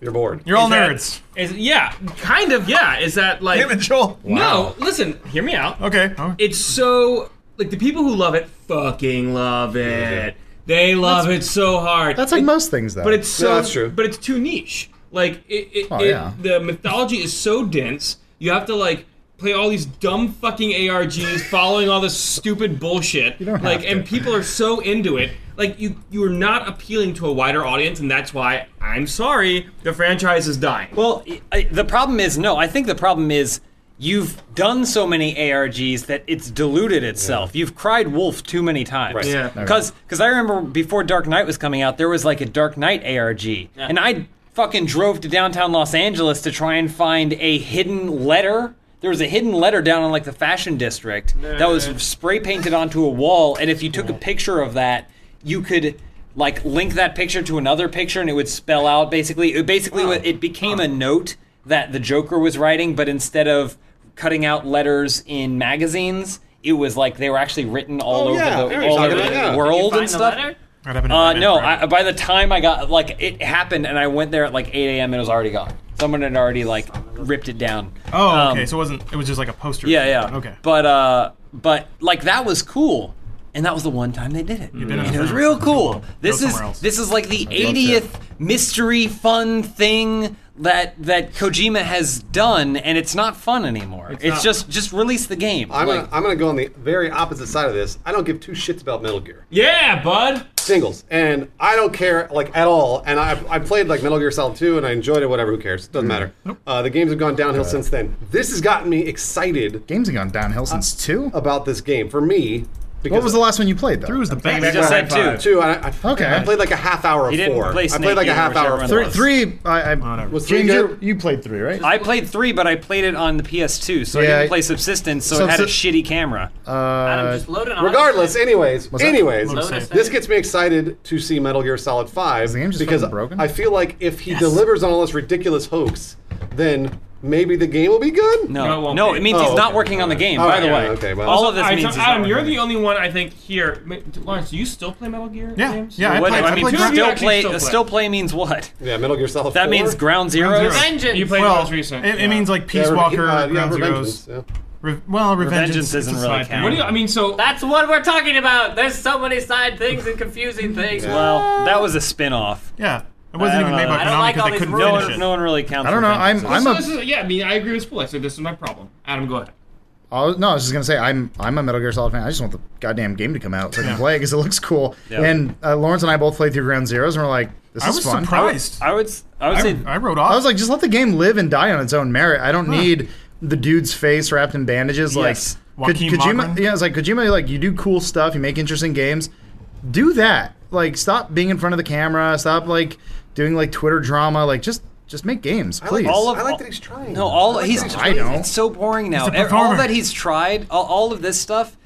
[SPEAKER 1] you're bored.
[SPEAKER 3] you're all
[SPEAKER 4] Is that-
[SPEAKER 3] nerds.
[SPEAKER 4] is- yeah, kind of. Yeah, is that like
[SPEAKER 3] Damn it, Joel.
[SPEAKER 4] no? Listen, hear me out.
[SPEAKER 3] Okay. Oh.
[SPEAKER 4] It's so like the people who love it fucking love it. They love it so hard.
[SPEAKER 5] That's like
[SPEAKER 4] It-
[SPEAKER 5] most things though.
[SPEAKER 4] But it's so.
[SPEAKER 1] No, that's true.
[SPEAKER 4] But it's too niche. Like it, it,
[SPEAKER 5] Oh,
[SPEAKER 4] it-
[SPEAKER 5] yeah.
[SPEAKER 4] the mythology is so dense. You have to like play all these dumb fucking ARGs, following all this stupid bullshit.
[SPEAKER 5] don't
[SPEAKER 4] like,
[SPEAKER 5] have
[SPEAKER 4] and
[SPEAKER 5] to.
[SPEAKER 4] people are so into it. Like you, you are not appealing to a wider audience, and that's why I'm sorry the franchise is dying.
[SPEAKER 6] Well, I, the problem is no. I think the problem is you've done so many ARGs that it's diluted itself. You've cried wolf too many times.
[SPEAKER 1] Right.
[SPEAKER 4] Yeah. Okay.
[SPEAKER 6] Because I remember before Dark Knight was coming out, there was like a Dark Knight ARG, and I fucking drove to downtown Los Angeles to try and find a hidden letter. There was a hidden letter down in like the fashion district that was spray painted onto a wall, and if you took a picture of that, you could like link that picture to another picture and it would spell out basically it basically wa- it became a note that the Joker was writing, but instead of cutting out letters in magazines, it was like they were actually written
[SPEAKER 1] Oh,
[SPEAKER 6] all over
[SPEAKER 1] yeah, I
[SPEAKER 6] the,
[SPEAKER 1] already
[SPEAKER 6] all
[SPEAKER 1] saw
[SPEAKER 6] over
[SPEAKER 1] that,
[SPEAKER 6] the
[SPEAKER 1] yeah. Did you
[SPEAKER 2] You
[SPEAKER 6] world
[SPEAKER 2] find the
[SPEAKER 6] and stuff.
[SPEAKER 2] letter?
[SPEAKER 3] That happened in
[SPEAKER 6] Uh,
[SPEAKER 3] Batman
[SPEAKER 6] no,
[SPEAKER 3] Forever.
[SPEAKER 6] I, by the time I got like it happened, and I went there at like 8 a.m. and it was already gone. Someone had already like ripped it down.
[SPEAKER 3] oh,
[SPEAKER 6] Um,
[SPEAKER 3] okay. so it wasn't. It was just like a poster.
[SPEAKER 6] yeah, yeah.
[SPEAKER 3] Okay.
[SPEAKER 6] But uh, but like that was cool, and that was the one time they did it.
[SPEAKER 3] been in
[SPEAKER 6] it
[SPEAKER 3] a
[SPEAKER 6] was
[SPEAKER 3] room
[SPEAKER 6] real
[SPEAKER 3] for too long.
[SPEAKER 6] cool.
[SPEAKER 3] Go
[SPEAKER 6] This is
[SPEAKER 3] somewhere else.
[SPEAKER 6] this is like the 80th mystery fun thing that that Kojima has done, and it's not fun anymore. It's,
[SPEAKER 4] not.
[SPEAKER 6] just just release the game.
[SPEAKER 1] I'm
[SPEAKER 6] Like,
[SPEAKER 1] gonna, I'm gonna go on the very opposite side of this. I don't give two shits about Metal Gear
[SPEAKER 4] Yeah, bud.
[SPEAKER 1] singles, and I don't care like at all. And I, I played like Metal Gear Solid 2, and I enjoyed it. Whatever, who cares? Doesn't matter. Uh, the games have gone downhill since then. This has gotten me excited
[SPEAKER 5] Games have gone downhill since
[SPEAKER 3] Uh,
[SPEAKER 5] two.
[SPEAKER 1] about this game for me. Because
[SPEAKER 5] What was the last one you played though?
[SPEAKER 3] Three was the best.
[SPEAKER 4] Take back
[SPEAKER 6] just
[SPEAKER 4] my
[SPEAKER 6] said
[SPEAKER 4] high five.
[SPEAKER 1] two? I, I,
[SPEAKER 5] Okay.
[SPEAKER 1] I played like a half hour of
[SPEAKER 6] He didn't
[SPEAKER 1] four.
[SPEAKER 6] play
[SPEAKER 1] I
[SPEAKER 6] Snake
[SPEAKER 1] played like a
[SPEAKER 6] either,
[SPEAKER 1] half hour
[SPEAKER 6] whichever
[SPEAKER 1] of four.
[SPEAKER 6] one
[SPEAKER 5] Three,
[SPEAKER 6] was.
[SPEAKER 5] three. I, I
[SPEAKER 3] Whatever.
[SPEAKER 1] Was three
[SPEAKER 5] James, you
[SPEAKER 1] good?
[SPEAKER 5] you played three, right?
[SPEAKER 6] I played three, but I played it on the PS2, so
[SPEAKER 5] Yeah,
[SPEAKER 6] I
[SPEAKER 5] I-
[SPEAKER 6] didn't play Subsistence, so it had a
[SPEAKER 5] Subsist-
[SPEAKER 6] shitty camera.
[SPEAKER 1] Uh,
[SPEAKER 2] Adam, just load it on.
[SPEAKER 1] Regardless, anyways,
[SPEAKER 5] that?
[SPEAKER 1] anyways,
[SPEAKER 2] Load it.
[SPEAKER 1] this gets me excited to see Metal Gear Solid Five
[SPEAKER 5] the game just
[SPEAKER 1] because
[SPEAKER 5] fucking broken?
[SPEAKER 1] I feel like if he delivers on all this ridiculous hoax, then maybe the game will be good.
[SPEAKER 4] No, it
[SPEAKER 6] No,
[SPEAKER 4] won't
[SPEAKER 6] no,
[SPEAKER 4] be.
[SPEAKER 6] it means
[SPEAKER 1] Oh,
[SPEAKER 6] he's not
[SPEAKER 1] okay.
[SPEAKER 6] working on the game.
[SPEAKER 1] All
[SPEAKER 6] by
[SPEAKER 1] right,
[SPEAKER 6] the
[SPEAKER 1] yeah,
[SPEAKER 6] way,
[SPEAKER 1] okay, well-
[SPEAKER 6] all of this
[SPEAKER 4] All right,
[SPEAKER 6] means
[SPEAKER 4] so
[SPEAKER 6] he's not
[SPEAKER 4] Adam, you're
[SPEAKER 6] working
[SPEAKER 4] the only one I think here. Ma- Lawrence, do you still play Metal Gear?
[SPEAKER 3] Yeah,
[SPEAKER 4] games?
[SPEAKER 3] yeah, I
[SPEAKER 6] What,
[SPEAKER 3] played-
[SPEAKER 6] I mean,
[SPEAKER 3] played Ground-
[SPEAKER 4] You
[SPEAKER 6] still
[SPEAKER 4] actually
[SPEAKER 6] play,
[SPEAKER 4] still
[SPEAKER 6] still
[SPEAKER 4] play.
[SPEAKER 6] play. means what?
[SPEAKER 1] Yeah, Metal Gear Solid.
[SPEAKER 6] That
[SPEAKER 1] 4?
[SPEAKER 6] means Ground Zero.
[SPEAKER 3] Zero.
[SPEAKER 2] Vengeance.
[SPEAKER 4] You played the
[SPEAKER 3] Well,
[SPEAKER 4] most recent.
[SPEAKER 3] It, it
[SPEAKER 4] yeah.
[SPEAKER 3] means like Peace
[SPEAKER 1] Yeah, Re-
[SPEAKER 3] Walker,
[SPEAKER 1] uh, yeah,
[SPEAKER 3] Ground
[SPEAKER 1] Revengeance,
[SPEAKER 3] Zeroes.
[SPEAKER 1] yeah.
[SPEAKER 3] Re- well, Revengeance, it's
[SPEAKER 6] Revengeance
[SPEAKER 3] a
[SPEAKER 6] doesn't really
[SPEAKER 3] side thing.
[SPEAKER 6] count.
[SPEAKER 4] What do you? I mean, so
[SPEAKER 2] That's what we're talking about. There's so many side things and confusing things.
[SPEAKER 4] uh,
[SPEAKER 6] Well, that was a spin-off.
[SPEAKER 3] Yeah, it
[SPEAKER 6] I
[SPEAKER 3] wasn't
[SPEAKER 6] don't
[SPEAKER 3] even made
[SPEAKER 6] know.
[SPEAKER 3] by
[SPEAKER 6] I
[SPEAKER 2] don't
[SPEAKER 3] Konami
[SPEAKER 2] like
[SPEAKER 3] because
[SPEAKER 2] all
[SPEAKER 3] they
[SPEAKER 2] these
[SPEAKER 3] couldn't
[SPEAKER 6] No
[SPEAKER 2] rules.
[SPEAKER 3] finish
[SPEAKER 6] one,
[SPEAKER 3] it.
[SPEAKER 6] no one really counts.
[SPEAKER 5] I don't
[SPEAKER 6] for
[SPEAKER 5] know. I'm
[SPEAKER 6] Vengeance.
[SPEAKER 5] I'm
[SPEAKER 4] so
[SPEAKER 5] a
[SPEAKER 4] this is- yeah. I mean, I agree with Split. So this is my problem. Adam, go ahead.
[SPEAKER 5] I was, no, I was just gonna say I'm I'm a Metal Gear Solid fan. I just want the goddamn game to come out so I can play it because it looks cool.
[SPEAKER 6] Yeah.
[SPEAKER 5] And uh, Lawrence and I both played through Ground Zeroes and we're like, this
[SPEAKER 3] I
[SPEAKER 5] is
[SPEAKER 3] was
[SPEAKER 5] fun.
[SPEAKER 3] surprised. I,
[SPEAKER 6] I would. s- I would say.
[SPEAKER 3] I wrote off.
[SPEAKER 5] I was like, just let the game live and die on its own merit. I don't need the dude's face wrapped in bandages.
[SPEAKER 6] Yes.
[SPEAKER 5] Like,
[SPEAKER 3] Joaquin
[SPEAKER 5] Kojima,
[SPEAKER 3] Mogren.
[SPEAKER 5] yeah, it's like Kojima. Like, you do cool stuff, you make interesting games. Do that. Like, stop being in front of the camera. Stop like doing like Twitter drama. Like, just just make games,
[SPEAKER 1] I like,
[SPEAKER 5] please.
[SPEAKER 6] all of-
[SPEAKER 1] I like that he's trying.
[SPEAKER 6] No, all
[SPEAKER 1] I like
[SPEAKER 6] he's.
[SPEAKER 1] that
[SPEAKER 5] I know.
[SPEAKER 6] It's so boring now.
[SPEAKER 3] He's a
[SPEAKER 6] E- All
[SPEAKER 3] performer.
[SPEAKER 6] that he's tried, all, all of this stuff,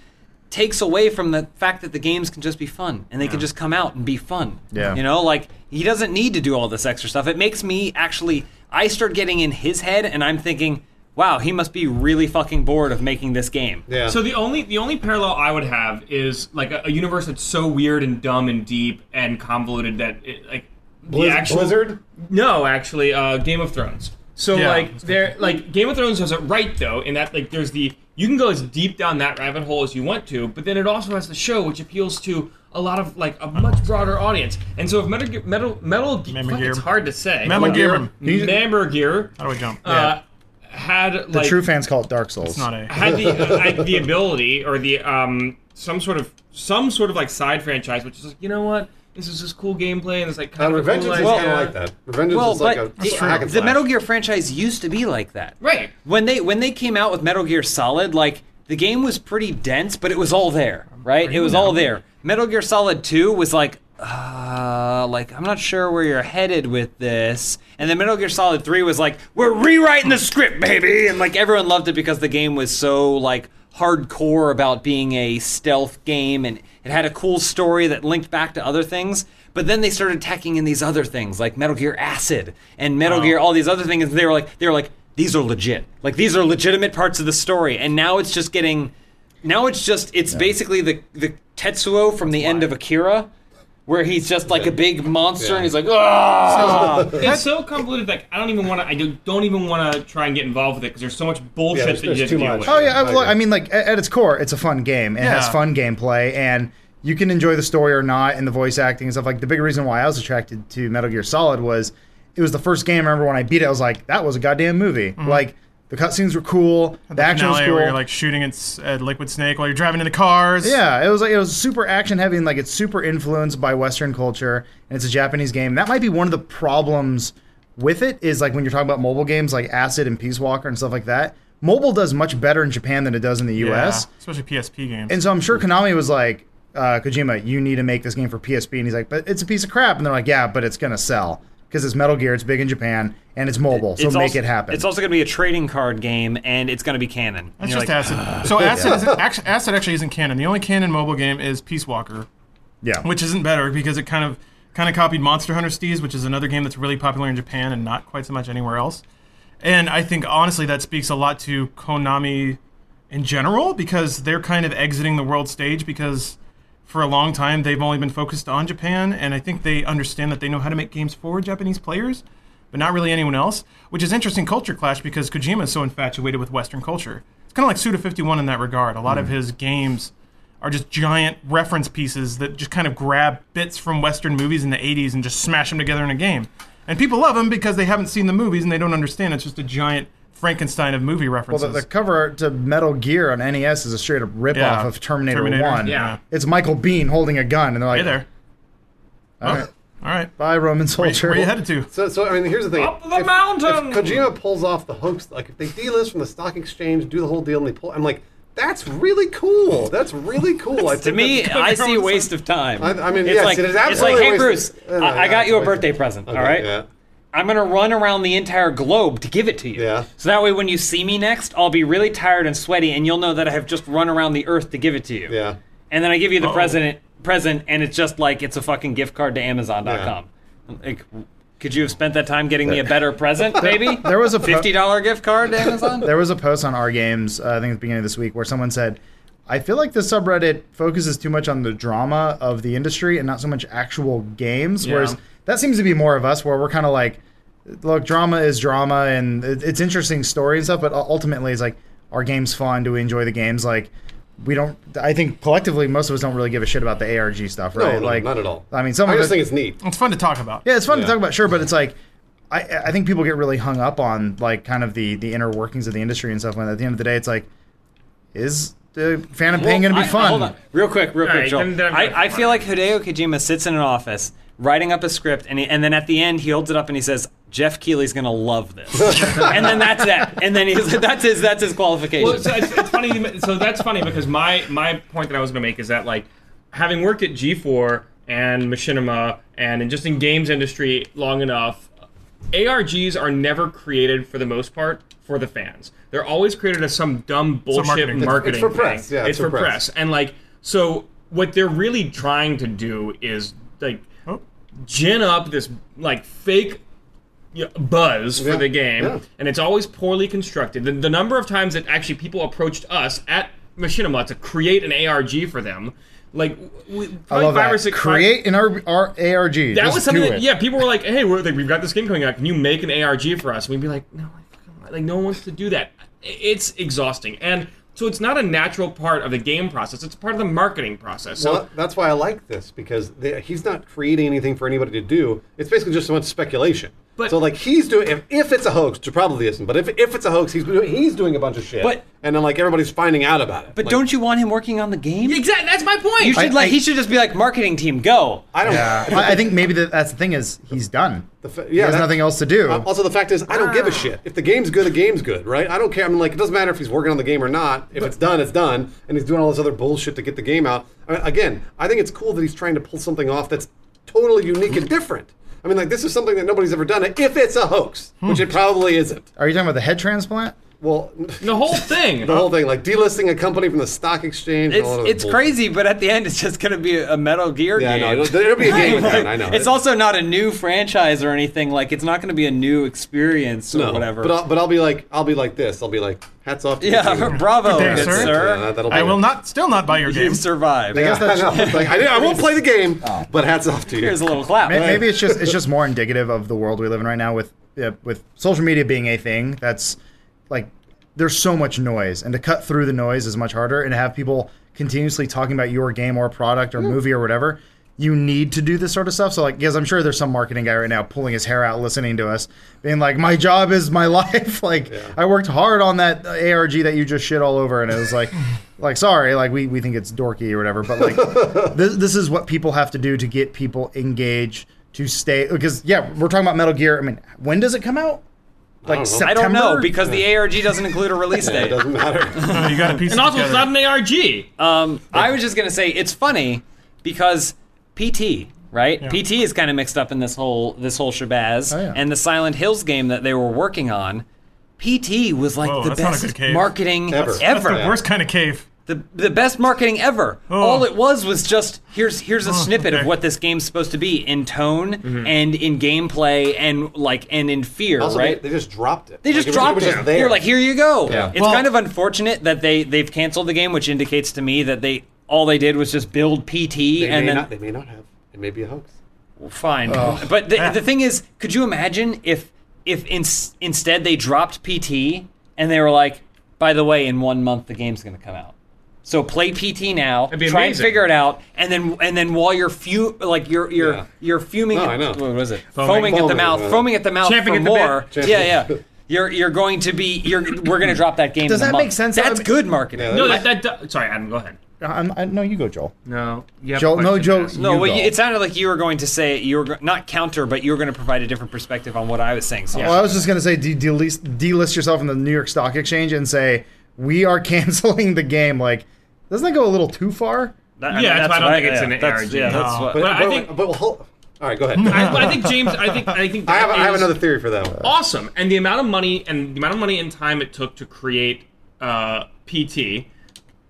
[SPEAKER 6] takes away from the fact that the games can just be fun and they can just come out and be fun.
[SPEAKER 5] Yeah.
[SPEAKER 6] You know, like he doesn't need to do all this extra stuff. It makes me actually. I start getting in his head, and I'm thinking, "Wow, he must be really fucking bored of making this game."
[SPEAKER 1] Yeah.
[SPEAKER 4] So the only the only parallel I would have is like a, a universe that's so weird and dumb and deep and convoluted that it, like
[SPEAKER 1] Blizz-
[SPEAKER 4] the actual
[SPEAKER 1] Blizzard?
[SPEAKER 4] No, actually, uh, Game of Thrones. So
[SPEAKER 3] Yeah.
[SPEAKER 4] like there like Game of Thrones has it right though in that like there's the you can go as deep down that rabbit hole as you want to, but then it also has the show which appeals to a lot of like a much broader audience. And so if Metal Gear- Metal Metal Gear,
[SPEAKER 3] Metal
[SPEAKER 4] fuck,
[SPEAKER 3] Gear.
[SPEAKER 4] it's hard to say.
[SPEAKER 3] Metal Gear.
[SPEAKER 4] Metal Gear
[SPEAKER 3] How do I jump?
[SPEAKER 4] uh, had like
[SPEAKER 5] the true fans call it Dark Souls.
[SPEAKER 3] it's not a.
[SPEAKER 4] had the uh, had the ability or the um some sort of some sort of like side franchise, which is like you know what this is just cool gameplay and it's like
[SPEAKER 1] Uh,
[SPEAKER 4] kind of a
[SPEAKER 1] Revengeance
[SPEAKER 4] cool
[SPEAKER 1] is
[SPEAKER 4] idea.
[SPEAKER 1] kind of like that. Revengeance
[SPEAKER 6] Well,
[SPEAKER 1] is like
[SPEAKER 6] but
[SPEAKER 1] a
[SPEAKER 6] it-
[SPEAKER 1] hack and
[SPEAKER 6] the
[SPEAKER 1] slash.
[SPEAKER 6] Metal Gear franchise used to be like that.
[SPEAKER 4] Right.
[SPEAKER 6] When they when they came out with Metal Gear Solid, like the game was pretty dense, but it was all there, right? It was all there. Metal Gear Solid 2 was like uh like I'm not sure where you're headed with this. And then Metal Gear Solid 3 was like we're rewriting the script, baby. And like everyone loved it because the game was so like hardcore about being a stealth game and it had a cool story that linked back to other things. But then they started tacking in these other things like Metal Gear Acid and Metal Gear all these other things and they were like they were like these are legit. Like these are legitimate parts of the story and now it's just getting now it's just it's basically the the Tetsuo from the end of Akira where he's just like a big monster and he's like ah
[SPEAKER 4] It's so convoluted. Like I don't even want to. I do- don't even want to try and get involved with it because there's so much bullshit
[SPEAKER 1] Yeah, there's-
[SPEAKER 4] that you
[SPEAKER 1] there's
[SPEAKER 4] have
[SPEAKER 1] too
[SPEAKER 4] to deal
[SPEAKER 1] much.
[SPEAKER 4] with.
[SPEAKER 5] Oh yeah, I,
[SPEAKER 1] I
[SPEAKER 5] look,
[SPEAKER 1] agree.
[SPEAKER 5] I mean, like at, at its core, it's a fun game. It has
[SPEAKER 3] Yeah.
[SPEAKER 5] fun gameplay, and you can enjoy the story or not, and the voice acting and stuff. Like the big reason why I was attracted to Metal Gear Solid was it was the first game. I remember when I beat it, I was like, that was a goddamn movie. Like the cutscenes were cool, the, action was
[SPEAKER 3] Mm-hmm. finale
[SPEAKER 5] cool.
[SPEAKER 3] where you're like shooting at, s- at Liquid Snake while you're driving in the cars.
[SPEAKER 5] yeah, it was like it was super action heavy and like it's super influenced by Western culture and it's a Japanese game. That might be one of the problems with it is like when you're talking about mobile games like Acid and Peace Walker and stuff like that. Mobile does much better in Japan than it does in the
[SPEAKER 3] Yeah,
[SPEAKER 5] U.S.
[SPEAKER 3] especially PSP games.
[SPEAKER 5] And so I'm sure Konami was like, uh, Kojima, you need to make this game for PSP. And he's like, but it's a piece of crap. And they're like, yeah, but it's going to sell because it's Metal Gear, it's big in Japan, and it's mobile. So
[SPEAKER 6] It's
[SPEAKER 5] make
[SPEAKER 6] also-
[SPEAKER 5] it happen.
[SPEAKER 6] It's also going to be a trading card game and it's going to be canon.
[SPEAKER 3] That's
[SPEAKER 6] And you're
[SPEAKER 3] just
[SPEAKER 6] like,
[SPEAKER 3] acid.
[SPEAKER 6] *gasps*
[SPEAKER 3] So acid, isn't, actually, acid actually isn't canon. The only canon mobile game is Peace Walker,
[SPEAKER 5] yeah.
[SPEAKER 3] which isn't better because it kind of kind of copied Monster Hunter Steez, which is another game that's really popular in Japan and not quite so much anywhere else. And I think honestly that speaks a lot to Konami in general because they're kind of exiting the world stage because for a long time they've only been focused on Japan and I think they understand that they know how to make games for Japanese players but not really anyone else, which is interesting culture clash because Kojima is so infatuated with western culture. It's kind of like Suda51 in that regard. A lot
[SPEAKER 5] Hmm.
[SPEAKER 3] of his games are just giant reference pieces that just kind of grab bits from Western movies in the 80s and just smash them together in a game. And people love them because they haven't seen the movies and they don't understand it's just a giant Frankenstein of movie references.
[SPEAKER 5] Well, the, the cover to Metal Gear on NES is a straight up ripoff
[SPEAKER 3] Yeah.
[SPEAKER 5] of Terminator,
[SPEAKER 3] Terminator,
[SPEAKER 5] 1.
[SPEAKER 3] yeah.
[SPEAKER 5] It's Michael Bean holding a gun, and they're like,
[SPEAKER 3] hey there. Oh,
[SPEAKER 5] "All right,
[SPEAKER 3] All right.
[SPEAKER 5] bye, Roman soldier.
[SPEAKER 3] Where you headed to?
[SPEAKER 1] So, so I mean, here's the thing.
[SPEAKER 4] Up the mountain!
[SPEAKER 1] If Kojima pulls off the hoax, like if they delist from the stock exchange, do the whole deal, and they pull, I'm like, that's really cool. That's really cool. I
[SPEAKER 6] To *laughs*
[SPEAKER 1] think
[SPEAKER 6] me,
[SPEAKER 1] that's-
[SPEAKER 6] I see a waste of time.
[SPEAKER 1] I- I mean,
[SPEAKER 6] it's
[SPEAKER 1] yes,
[SPEAKER 6] like,
[SPEAKER 1] it is
[SPEAKER 6] it's like,
[SPEAKER 1] absolutely
[SPEAKER 6] hey,
[SPEAKER 1] a
[SPEAKER 6] Bruce,
[SPEAKER 1] waste of- no, no,
[SPEAKER 6] I, I
[SPEAKER 1] yeah,
[SPEAKER 6] got
[SPEAKER 1] it's
[SPEAKER 6] you a
[SPEAKER 1] a waste of-
[SPEAKER 6] birthday present.
[SPEAKER 1] Okay,
[SPEAKER 6] all right,
[SPEAKER 1] yeah.
[SPEAKER 6] I'm gonna run around the entire globe to give it to you.
[SPEAKER 1] Yeah.
[SPEAKER 6] So that way, when you see me next, I'll be really tired and sweaty, and you'll know that I have just run around the earth to give it to you.
[SPEAKER 1] yeah.
[SPEAKER 6] And then I give you the
[SPEAKER 3] Uh-oh.
[SPEAKER 6] present, present, and it's just like it's a fucking gift card to Amazon.com. Like, could you have spent that time getting me a better present,
[SPEAKER 1] *laughs*
[SPEAKER 6] maybe?
[SPEAKER 5] there was a pro-
[SPEAKER 6] fifty dollar gift card to Amazon.
[SPEAKER 5] *laughs* There was a post on our games, uh, I think at the beginning of this week, where someone said, I feel like the subreddit focuses too much on the drama of the industry and not so much actual games. Whereas that seems to be more of us, where we're kind of like, look, drama is drama and it- it's interesting story and stuff, but u- ultimately it's like, are games fun? Do we enjoy the games? Like, we don't, I think collectively, most of us don't really give a shit about the ARG stuff,
[SPEAKER 1] No,
[SPEAKER 5] right?
[SPEAKER 1] no,
[SPEAKER 5] like,
[SPEAKER 1] not at all.
[SPEAKER 5] I mean, some
[SPEAKER 1] I
[SPEAKER 5] of
[SPEAKER 1] just
[SPEAKER 5] it-
[SPEAKER 1] think it's neat.
[SPEAKER 3] It's fun to talk about.
[SPEAKER 5] yeah, it's fun
[SPEAKER 1] Yeah.
[SPEAKER 5] to talk about, sure, but it's like I I think people get really hung up on like kind of the the inner workings of the industry and stuff. When at the end of the day, it's like, is the Phantom Pain going to
[SPEAKER 6] Well,
[SPEAKER 5] be
[SPEAKER 6] I-
[SPEAKER 5] fun?
[SPEAKER 6] Hold on, real quick, real
[SPEAKER 4] All
[SPEAKER 6] quick,
[SPEAKER 4] right,
[SPEAKER 6] Joel.
[SPEAKER 4] then- then I'm gonna
[SPEAKER 6] I, I
[SPEAKER 4] come
[SPEAKER 6] feel
[SPEAKER 4] on.
[SPEAKER 6] like Hideo Kojima sits in an office writing up a script, and he, and then at the end he holds it up and he says, "Jeff Keely's gonna
[SPEAKER 5] *laughs*
[SPEAKER 6] love this," and then that's that, and then he's that's his that's his qualification.
[SPEAKER 4] Well, so it's, it's funny. you men- So that's funny because my my point that I was going to make is that like having worked at G4 and Machinima and in just in games industry long enough, ARGs are never created for the most part for the fans. They're always created as some dumb bullshit
[SPEAKER 3] marketing
[SPEAKER 4] marketing.
[SPEAKER 3] thing.
[SPEAKER 1] It's for
[SPEAKER 4] thing.
[SPEAKER 1] press, yeah,
[SPEAKER 4] it's, for press.
[SPEAKER 1] press.
[SPEAKER 4] And like so, what they're really trying to do is like
[SPEAKER 3] Oh.
[SPEAKER 4] gin up this like fake you know, buzz for
[SPEAKER 1] Yeah,
[SPEAKER 4] the game,
[SPEAKER 1] yeah.
[SPEAKER 4] and it's always poorly constructed. The, the number of times that actually people approached us at Machinima to create an ARG for them, like we,
[SPEAKER 5] I
[SPEAKER 4] probably
[SPEAKER 5] love
[SPEAKER 4] five
[SPEAKER 5] that.
[SPEAKER 4] or six
[SPEAKER 5] Create an R- R- ARG.
[SPEAKER 4] That
[SPEAKER 5] Just
[SPEAKER 4] was something.
[SPEAKER 5] do
[SPEAKER 4] That,
[SPEAKER 5] it.
[SPEAKER 4] yeah, people were like, "Hey, we're, like, we've got this game coming out. Can you make an ARG for us?" And we'd be like, "No, I fucking, like no one wants to do that. It's exhausting." And so it's not a natural part of the game process. It's part of the marketing process. So
[SPEAKER 1] well, that's why I like this because the, he's not creating anything for anybody to do. It's basically just so much speculation.
[SPEAKER 4] But-
[SPEAKER 1] so like he's doing if, if it's a hoax, which it probably isn't. But if, if it's a hoax, he's doing, he's doing a bunch of shit.
[SPEAKER 6] But-
[SPEAKER 1] and then like everybody's finding out about it.
[SPEAKER 6] but don't you want him working on the game?
[SPEAKER 4] exactly, that's my point.
[SPEAKER 6] You should
[SPEAKER 5] I-
[SPEAKER 6] like
[SPEAKER 5] I-
[SPEAKER 6] he should just be like marketing team go.
[SPEAKER 1] I don't.
[SPEAKER 5] Yeah. I, I think maybe that that's the thing is he's done.
[SPEAKER 1] The fa-
[SPEAKER 5] he has
[SPEAKER 1] that-
[SPEAKER 5] nothing else to do.
[SPEAKER 1] Uh, also, the fact is, I don't
[SPEAKER 6] Ah.
[SPEAKER 1] give a shit. If the game's good, the game's good, right? I don't care. I mean, like, it doesn't matter if he's working on the game or not. If it's done, it's done. And he's doing all this other bullshit to get the game out. I mean, again, I think it's cool that he's trying to pull something off that's totally unique and different. I mean, like, this is something that nobody's ever done. If it's a hoax,
[SPEAKER 6] Hmm.
[SPEAKER 1] which it probably isn't.
[SPEAKER 5] Are you talking about the head transplant?
[SPEAKER 1] Well,
[SPEAKER 4] the
[SPEAKER 5] *laughs*
[SPEAKER 4] whole thing.
[SPEAKER 1] the whole thing, like delisting a company from the stock exchange. and
[SPEAKER 6] It's
[SPEAKER 1] all of that
[SPEAKER 6] it's
[SPEAKER 1] bullshit.
[SPEAKER 6] crazy, but at the end it's just gonna be a Metal Gear
[SPEAKER 1] Yeah, I
[SPEAKER 6] game.
[SPEAKER 1] know. It'll- There'll be a
[SPEAKER 6] *laughs*
[SPEAKER 1] game with that. I know.
[SPEAKER 6] It's also not a new franchise or anything. Like it's not going to be a new experience or
[SPEAKER 1] no,
[SPEAKER 6] whatever.
[SPEAKER 1] But I'll, but I'll be like, I'll be like this. I'll be like, hats off. To you,
[SPEAKER 6] yeah, *laughs*
[SPEAKER 1] dude.
[SPEAKER 6] bravo,
[SPEAKER 3] Good day,
[SPEAKER 6] good
[SPEAKER 3] sir.
[SPEAKER 1] Yeah,
[SPEAKER 6] sir.
[SPEAKER 1] that'll be
[SPEAKER 3] I will
[SPEAKER 1] it.
[SPEAKER 3] not, still not buy your game.
[SPEAKER 6] You've survived.
[SPEAKER 1] I guess that's *laughs* I, know. It's like, I, didn't- I won't play the game, but hats off to you.
[SPEAKER 6] Here's a little clap.
[SPEAKER 5] May- Maybe it's just it's just more indicative of the world we live in right now with uh, with social media being a thing that's like there's so much noise and to cut through the noise is much harder and to have people continuously talking about your game or product or movie or whatever you need to do this sort of stuff so like because i'm sure there's some marketing guy right now pulling his hair out listening to us being like my job is my *laughs* life like i worked hard on that arg that you just shit all over and it was like like sorry like we, we think it's dorky or whatever but like this, this is what people have to do to get people engaged to stay because yeah we're talking about metal gear i mean when does it come out like
[SPEAKER 1] don't know.
[SPEAKER 6] I
[SPEAKER 5] september
[SPEAKER 6] don't know because the ARG doesn't include a release
[SPEAKER 1] Yeah, it
[SPEAKER 6] date.
[SPEAKER 1] doesn't
[SPEAKER 6] *laughs*
[SPEAKER 1] matter.
[SPEAKER 3] Uh, you got a piece
[SPEAKER 4] and
[SPEAKER 3] it
[SPEAKER 4] also, it's
[SPEAKER 3] together.
[SPEAKER 4] not an ARG.
[SPEAKER 6] Um, I was just gonna say it's funny because PT, right? PT is kind of mixed up in this whole this whole shabazz,
[SPEAKER 5] Oh, yeah.
[SPEAKER 6] and the Silent Hills game that they were working on. PT was like
[SPEAKER 3] Whoa,
[SPEAKER 6] the
[SPEAKER 3] that's not a
[SPEAKER 6] best
[SPEAKER 3] good cave.
[SPEAKER 6] marketing
[SPEAKER 1] Ever.
[SPEAKER 6] ever.
[SPEAKER 1] That's- that's
[SPEAKER 3] Worst kind of cave.
[SPEAKER 6] The, the best marketing ever. All it was was just here's here's a snippet of
[SPEAKER 3] okay.
[SPEAKER 6] what this game's supposed to be in tone and in gameplay and like and in
[SPEAKER 1] *laughs*
[SPEAKER 6] fear,
[SPEAKER 1] Also,
[SPEAKER 6] right?
[SPEAKER 1] they, they just dropped it.
[SPEAKER 6] They just
[SPEAKER 1] like,
[SPEAKER 6] dropped
[SPEAKER 1] it. Was, it was just
[SPEAKER 6] it.
[SPEAKER 1] there.
[SPEAKER 6] You're like, here you go.
[SPEAKER 1] Yeah.
[SPEAKER 6] It's
[SPEAKER 3] Well-
[SPEAKER 6] kind of unfortunate that they they've canceled the game, which indicates to me that they all they did was just build PT
[SPEAKER 1] They may
[SPEAKER 6] and then
[SPEAKER 1] not. They may not have. It may be a hoax.
[SPEAKER 6] fine. But the,
[SPEAKER 3] Ah.
[SPEAKER 6] the thing is, could you imagine if if in, instead they dropped PT and they were like, by the way, in one month the game's going to come out. So play PT now.
[SPEAKER 4] be
[SPEAKER 6] Try and
[SPEAKER 4] amazing.
[SPEAKER 6] figure it out, and then and then while you're fu- like you're you're
[SPEAKER 1] Yeah.
[SPEAKER 6] you're fuming.
[SPEAKER 1] No,
[SPEAKER 6] at,
[SPEAKER 1] I know.
[SPEAKER 6] What was it?
[SPEAKER 4] Foaming.
[SPEAKER 6] Foaming, at the
[SPEAKER 1] Foaming,
[SPEAKER 6] mouth.
[SPEAKER 1] yeah.
[SPEAKER 6] Foaming at the mouth
[SPEAKER 4] Champing
[SPEAKER 6] for
[SPEAKER 4] at the bit.
[SPEAKER 6] more.
[SPEAKER 1] Champing.
[SPEAKER 6] Yeah, yeah. You're you're going to be you're we're going to drop that game.
[SPEAKER 5] Does
[SPEAKER 6] in a
[SPEAKER 5] that make
[SPEAKER 6] month.
[SPEAKER 5] sense?
[SPEAKER 6] That's
[SPEAKER 5] I'm-
[SPEAKER 6] good marketing.
[SPEAKER 1] Yeah,
[SPEAKER 4] No, that, that, do- sorry, Adam, go ahead.
[SPEAKER 5] Uh, I'm, I, no, you go, Joel.
[SPEAKER 4] No, you have
[SPEAKER 5] Joel-
[SPEAKER 4] a
[SPEAKER 5] no,
[SPEAKER 4] question to
[SPEAKER 5] Joel-
[SPEAKER 4] ask.
[SPEAKER 6] No,
[SPEAKER 5] you
[SPEAKER 6] well, you,
[SPEAKER 5] go.
[SPEAKER 6] it sounded like you were going to say you were go- not counter, but you were going to provide a different perspective on what I was saying. So
[SPEAKER 5] Well, I was just gonna say, de- delist, delist yourself from the New York Stock Exchange and say we are *laughs* canceling the game. Like, doesn't that go a little too far?
[SPEAKER 6] that,
[SPEAKER 4] Yeah, that's why I don't
[SPEAKER 6] what
[SPEAKER 4] think it's
[SPEAKER 6] yeah,
[SPEAKER 4] an
[SPEAKER 6] that's,
[SPEAKER 4] ARG.
[SPEAKER 6] Yeah, that's
[SPEAKER 3] No.
[SPEAKER 6] what.
[SPEAKER 1] but,
[SPEAKER 4] I
[SPEAKER 1] but-
[SPEAKER 4] think-
[SPEAKER 1] But, hold, all right, go
[SPEAKER 6] *laughs*
[SPEAKER 1] ahead.
[SPEAKER 4] I, but I think James. I think. I think.
[SPEAKER 1] I have, I have
[SPEAKER 4] is
[SPEAKER 1] another theory for that one.
[SPEAKER 4] Awesome, and the amount of money and the amount of money and time it took to create uh, PT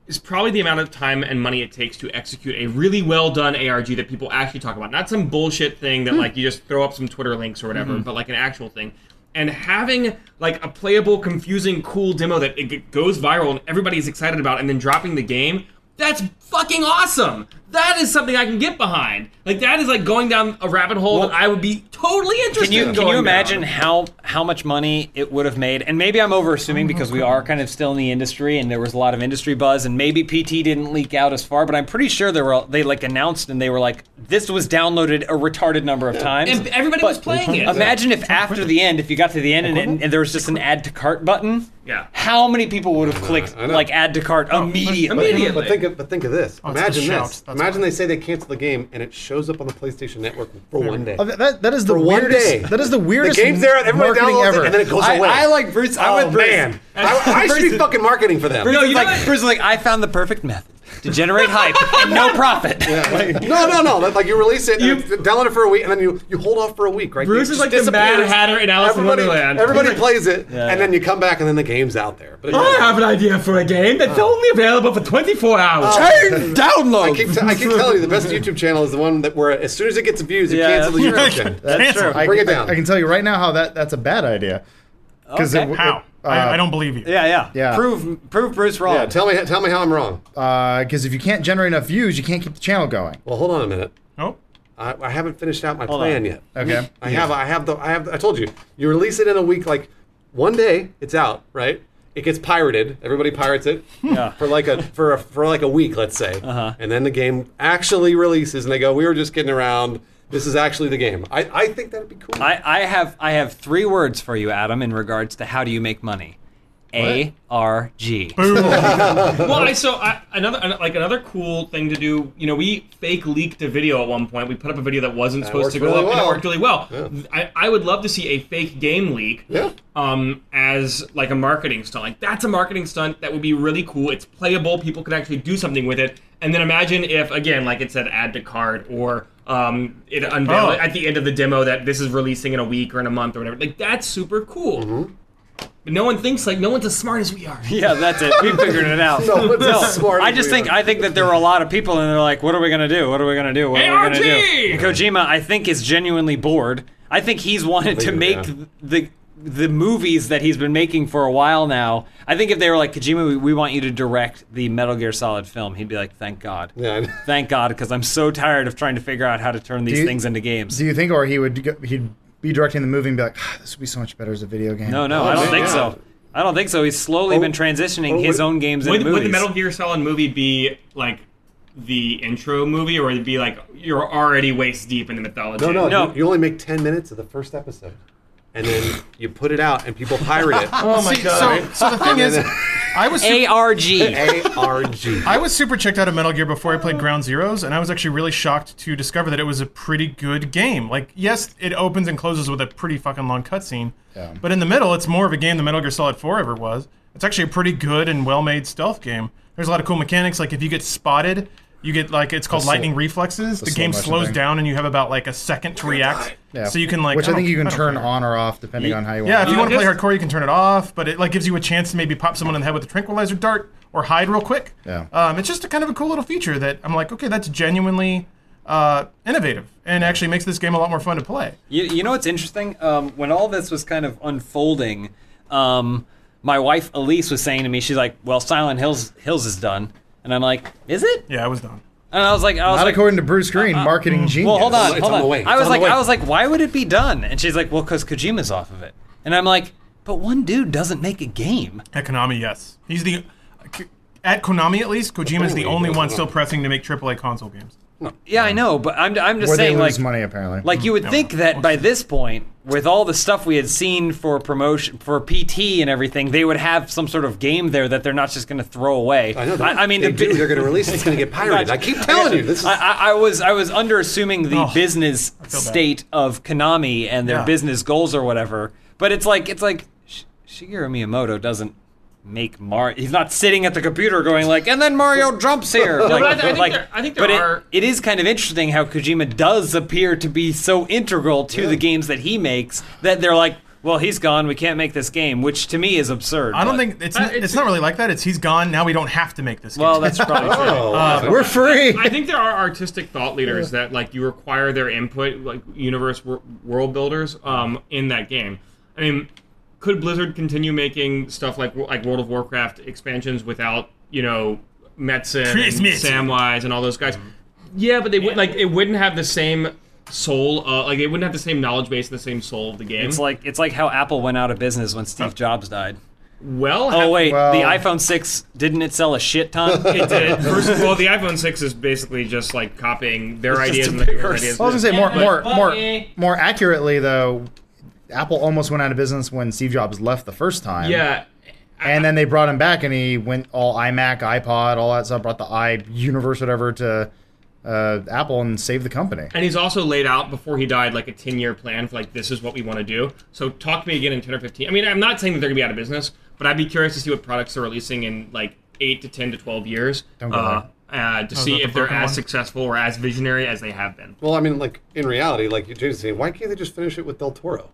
[SPEAKER 4] is probably the amount of time and money it takes to execute a really well done ARG that people actually talk about, not some bullshit thing that like you just throw up some Twitter links or whatever, but like an actual thing. And having like a playable, confusing, cool demo that it g- goes viral and everybody's excited about, and then dropping the game. That's fucking awesome. That is something I can get behind. Like that is like going down a rabbit hole that I would be totally interested
[SPEAKER 6] Can you
[SPEAKER 4] in.
[SPEAKER 6] can
[SPEAKER 4] going
[SPEAKER 6] you
[SPEAKER 4] down.
[SPEAKER 6] imagine how how much money it would have made? And maybe I'm over assuming because we are kind of still in the industry, and there was a lot of industry buzz, and maybe PT didn't leak out as far, but I'm pretty sure there were they like announced and they were like this was downloaded a retarded number of times.
[SPEAKER 4] And everybody was playing it.
[SPEAKER 6] Imagine if after the end, if you got to the end and, and, and there was just an add to cart button,
[SPEAKER 4] Yeah.
[SPEAKER 6] how many people would have clicked
[SPEAKER 1] I know.
[SPEAKER 6] like add to cart immediately?
[SPEAKER 4] Oh, immediately.
[SPEAKER 1] But think of, but think of this.
[SPEAKER 3] it's the
[SPEAKER 1] Imagine
[SPEAKER 3] shout,
[SPEAKER 1] this.
[SPEAKER 3] that's
[SPEAKER 1] Imagine they say they cancel the game and it shows up on the PlayStation Network for one day.
[SPEAKER 5] Oh, that- that- that is the
[SPEAKER 1] For one
[SPEAKER 5] weirdest.
[SPEAKER 1] day.
[SPEAKER 5] That is the weirdest.
[SPEAKER 1] the game's there, everybody
[SPEAKER 5] marketing
[SPEAKER 1] downloads
[SPEAKER 5] ever.
[SPEAKER 1] it, and then it goes
[SPEAKER 6] I,
[SPEAKER 1] away.
[SPEAKER 6] I like Bruce. I'm with
[SPEAKER 1] oh,
[SPEAKER 6] Bruce.
[SPEAKER 1] man. I, I should be fucking marketing for them.
[SPEAKER 6] Bruce
[SPEAKER 4] No,
[SPEAKER 6] is
[SPEAKER 4] you know
[SPEAKER 6] like
[SPEAKER 4] what?
[SPEAKER 6] Bruce is like I found the perfect method to generate hype
[SPEAKER 4] *laughs*
[SPEAKER 6] and no profit.
[SPEAKER 1] no, no, no. That's like you release it, and it's download it for a week, and then you, you hold off for a week, right?
[SPEAKER 4] Bruce
[SPEAKER 1] It
[SPEAKER 4] is
[SPEAKER 1] just
[SPEAKER 4] like the Mad
[SPEAKER 1] disappears.
[SPEAKER 4] Hatter in Alice in
[SPEAKER 1] everybody,
[SPEAKER 4] Wonderland. *laughs*
[SPEAKER 1] Everybody plays it, and then you come back, and then the game's out there. But
[SPEAKER 4] I have an idea for a game that's only available for 24 hours.
[SPEAKER 6] Turn
[SPEAKER 1] I
[SPEAKER 6] download.
[SPEAKER 1] keep, t- I keep telling you, the best YouTube channel is the one that where as soon as it gets views, you
[SPEAKER 6] Yeah,
[SPEAKER 1] cancel the
[SPEAKER 3] that's-
[SPEAKER 1] YouTube channel.
[SPEAKER 3] Cancel.
[SPEAKER 5] I,
[SPEAKER 1] Bring
[SPEAKER 5] I-
[SPEAKER 1] it down.
[SPEAKER 5] I can tell you right now how that that's a bad idea. Because
[SPEAKER 6] Okay.
[SPEAKER 3] How? I, I don't believe you.
[SPEAKER 6] yeah, yeah,
[SPEAKER 5] Yeah.
[SPEAKER 6] Prove prove Bruce wrong.
[SPEAKER 1] Yeah, tell me, tell me how I'm wrong.
[SPEAKER 5] because uh, if you can't generate enough views, you can't keep the channel going.
[SPEAKER 1] Well, hold on a minute.
[SPEAKER 3] Oh,
[SPEAKER 1] I, I haven't finished out my plan
[SPEAKER 6] on.
[SPEAKER 1] yet.
[SPEAKER 5] Okay.
[SPEAKER 1] I have. I have the. I have. I told you. You release it in a week. Like one day, it's out. Right. It gets pirated. Everybody pirates it
[SPEAKER 6] Yeah.
[SPEAKER 1] for like a for a, for like a week, let's say, uh-huh. and then the game actually releases, and they go, "We were just kidding around. This is actually the game." I, I think that'd be cool.
[SPEAKER 6] I, I have I have three words for you, Adam, in regards to how do you make money. A R G.
[SPEAKER 4] well, I, so I, another an- like another cool thing to do. You know, we fake leaked a video at one point. We put up a video that wasn't supposed to
[SPEAKER 1] worked
[SPEAKER 4] go
[SPEAKER 1] really
[SPEAKER 4] up, and
[SPEAKER 1] well.
[SPEAKER 4] it worked really well. I, I would love to see a fake game leak.
[SPEAKER 1] Yeah.
[SPEAKER 4] Um, as like a marketing stunt. Like that's a marketing stunt that would be really cool. It's playable. People could actually do something with it. And then imagine if again, like it said, add to cart or. Um, it unveil
[SPEAKER 3] Oh.
[SPEAKER 4] at the end of the demo that this is releasing in a week or in a month or whatever. Like that's super cool.
[SPEAKER 1] Mm-hmm.
[SPEAKER 4] But no one thinks like no one's as smart as
[SPEAKER 1] *laughs*
[SPEAKER 4] we are.
[SPEAKER 6] Yeah, that's it. We figured it out.
[SPEAKER 1] No, it's as smart
[SPEAKER 6] I
[SPEAKER 1] as
[SPEAKER 6] just
[SPEAKER 1] we
[SPEAKER 6] think
[SPEAKER 1] are.
[SPEAKER 6] I think that there were a lot of people, and they're like, "What are we gonna do? What are we gonna do? What are we gonna do?"
[SPEAKER 4] ARG!
[SPEAKER 6] And Kojima, I think, is genuinely bored. I think he's wanted to
[SPEAKER 1] Later,
[SPEAKER 6] make
[SPEAKER 1] yeah.
[SPEAKER 6] the the movies that he's been making for a while now. I think if they were like, "Kojima, we, we want you to direct the Metal Gear Solid film," he'd be like, "Thank God."
[SPEAKER 1] Yeah, I know.
[SPEAKER 6] *laughs* Thank God, because I'm so tired of trying to figure out how to turn these
[SPEAKER 5] you-
[SPEAKER 6] things into games.
[SPEAKER 5] Do you think, or he would go- he'd be directing the movie and be like, "Ah, "This would be so much better as a video game."
[SPEAKER 6] no, no, I don't
[SPEAKER 1] man,
[SPEAKER 6] think
[SPEAKER 1] Oh, yeah.
[SPEAKER 6] so. I don't think so. He's slowly
[SPEAKER 1] Oh,
[SPEAKER 6] been transitioning
[SPEAKER 1] oh,
[SPEAKER 6] his
[SPEAKER 1] would-
[SPEAKER 6] own games
[SPEAKER 4] would,
[SPEAKER 6] into
[SPEAKER 4] would
[SPEAKER 6] movies.
[SPEAKER 4] the Metal Gear Solid movie be like the intro movie, or would it be like you're already waist deep in the mythology?
[SPEAKER 1] Oh, No, no,
[SPEAKER 6] No.
[SPEAKER 1] You, you only make ten minutes of the first episode, and then you put it out, and people pirate
[SPEAKER 6] *laughs*
[SPEAKER 1] it.
[SPEAKER 3] oh my god. So, so
[SPEAKER 1] *laughs*
[SPEAKER 3] the thing is, I was super,
[SPEAKER 4] *laughs*
[SPEAKER 6] ARG.
[SPEAKER 1] ARG.
[SPEAKER 3] I was super checked out of Metal Gear before I played Ground Zeroes, and I was actually really shocked to discover that it was a pretty good game. Like, yes, it opens and closes with a pretty fucking long cutscene, but in the middle, it's more of a game than Metal Gear Solid 4 ever was. It's actually a pretty good and well-made stealth game. There's a lot of cool mechanics, like if you get spotted, you get like it's called lightning reflexes. The,
[SPEAKER 5] slow
[SPEAKER 3] game
[SPEAKER 5] motion
[SPEAKER 3] slows
[SPEAKER 5] thing.
[SPEAKER 3] down, and you have about like a second to react.
[SPEAKER 5] Yeah.
[SPEAKER 3] So you can like,
[SPEAKER 5] which I
[SPEAKER 3] don't-
[SPEAKER 5] think you can
[SPEAKER 3] don't
[SPEAKER 5] turn
[SPEAKER 3] care.
[SPEAKER 5] on or off depending on how you want.
[SPEAKER 3] Yeah, if you
[SPEAKER 4] Uh,
[SPEAKER 3] want to play
[SPEAKER 4] just-
[SPEAKER 3] hardcore, you can turn it off, but it like gives you a chance to maybe pop someone in the head with a tranquilizer dart or hide real quick.
[SPEAKER 5] Yeah.
[SPEAKER 3] Um, it's just a kind of a cool little feature that I'm like, okay, that's genuinely uh, innovative and actually makes this game a lot more fun to play.
[SPEAKER 6] You, you know what's interesting? Um, when all this was kind of unfolding, um, my wife Elise was saying to me, she's like, "Well, Silent Hills Hills is done," and I'm like, "Is it?"
[SPEAKER 3] Yeah, I was done.
[SPEAKER 6] And I was like, "I was
[SPEAKER 5] Not
[SPEAKER 6] like,
[SPEAKER 5] according to Bruce Green, marketing genius.
[SPEAKER 6] well, hold on,
[SPEAKER 1] It's
[SPEAKER 6] hold
[SPEAKER 1] on
[SPEAKER 6] on."
[SPEAKER 1] the way. It's
[SPEAKER 6] I was
[SPEAKER 1] on the
[SPEAKER 6] like,
[SPEAKER 1] way.
[SPEAKER 6] "I was like, why would it be done?" And she's like, "Well, because Kojima's off of it," and I'm like, "But one dude doesn't make a game."
[SPEAKER 3] At Konami, yes. He's the uh, at Konami at least, Kojima's the only one still pressing to make AAA console games.
[SPEAKER 6] Yeah, I know, but I'm I'm just
[SPEAKER 5] Where they
[SPEAKER 6] saying
[SPEAKER 5] lose
[SPEAKER 6] like
[SPEAKER 5] money apparently.
[SPEAKER 6] Like you would think that by this point, with all the stuff we had seen for promotion for PT and everything, they would have some sort of game there that they're not just going to throw away.
[SPEAKER 1] I know. They,
[SPEAKER 6] I, mean,
[SPEAKER 1] they
[SPEAKER 6] the
[SPEAKER 1] do.
[SPEAKER 6] bi-
[SPEAKER 1] They're going to release. it, It's going
[SPEAKER 6] *laughs*
[SPEAKER 1] to get pirated. I keep telling you. This is
[SPEAKER 6] I, I, I was I was underassuming the
[SPEAKER 3] Oh,
[SPEAKER 6] business
[SPEAKER 3] feel bad.
[SPEAKER 6] state of Konami and their
[SPEAKER 3] Yeah.
[SPEAKER 6] business goals or whatever. But it's like it's like Sh- Shigeru Miyamoto doesn't make Mario. He's not sitting at the computer going like, and then Mario jumps here. like,
[SPEAKER 4] but I th- I think
[SPEAKER 6] like-
[SPEAKER 4] there- I think
[SPEAKER 6] but
[SPEAKER 4] there
[SPEAKER 6] it-
[SPEAKER 4] are-
[SPEAKER 6] it is kind of interesting how Kojima does appear to be so integral to the games that he makes that they're like, well, he's gone. We can't make this game, which to me is absurd.
[SPEAKER 3] I don't
[SPEAKER 6] but-
[SPEAKER 3] think it's,
[SPEAKER 4] Uh,
[SPEAKER 3] n- it's
[SPEAKER 4] it's-
[SPEAKER 3] not really like that. It's he's gone now. We don't have to make this. Game.
[SPEAKER 6] Well, that's
[SPEAKER 1] *laughs*
[SPEAKER 6] probably true.
[SPEAKER 1] oh,
[SPEAKER 5] We're free.
[SPEAKER 4] I think there are artistic thought leaders that like you require their input, like universe wor- world builders, um, in that game. I mean, could Blizzard continue making stuff like like World of Warcraft expansions without you know Metzen, and
[SPEAKER 3] Chris Metzen.
[SPEAKER 4] Samwise, and all those guys? Yeah, but they would like it wouldn't have the same soul. Uh, like they wouldn't have the same knowledge base and the same soul of the game.
[SPEAKER 6] It's like it's like how Apple went out of business when Steve Jobs died.
[SPEAKER 4] well,
[SPEAKER 6] Oh
[SPEAKER 4] ha-
[SPEAKER 6] wait,
[SPEAKER 5] Well-
[SPEAKER 6] the iPhone six didn't it sell a
[SPEAKER 1] *laughs*
[SPEAKER 6] shit ton?
[SPEAKER 4] It did. First of all, the iPhone six is basically just like copying their
[SPEAKER 6] It's just
[SPEAKER 4] ideas
[SPEAKER 6] a
[SPEAKER 4] and looking at their
[SPEAKER 6] bigger-
[SPEAKER 4] ideas.
[SPEAKER 5] I was gonna say
[SPEAKER 2] Yeah,
[SPEAKER 5] more,
[SPEAKER 2] but-
[SPEAKER 5] more, more,
[SPEAKER 2] Buddy.
[SPEAKER 5] more accurately though. Apple almost went out of business when Steve Jobs left the first time.
[SPEAKER 4] yeah.
[SPEAKER 5] and then they brought him back, and he went all iMac, iPod, all that stuff. Brought the i Universe, whatever, to uh, Apple and saved the company.
[SPEAKER 4] And he's also laid out before he died like a 10 year plan for like, this is what we want to do. So talk to me again in 10 or 15. I mean, I'm not saying that they're going to be out of business, but I'd be curious to see what products they're releasing in like 8 to 10 to 12 years.
[SPEAKER 5] Don't go
[SPEAKER 4] uh, uh, to see
[SPEAKER 3] that the
[SPEAKER 4] if they're
[SPEAKER 3] broken
[SPEAKER 4] as
[SPEAKER 3] one?
[SPEAKER 4] successful or as visionary as they have been.
[SPEAKER 1] Well, I mean, like in reality, like James is saying, why can't they just finish it with Del Toro?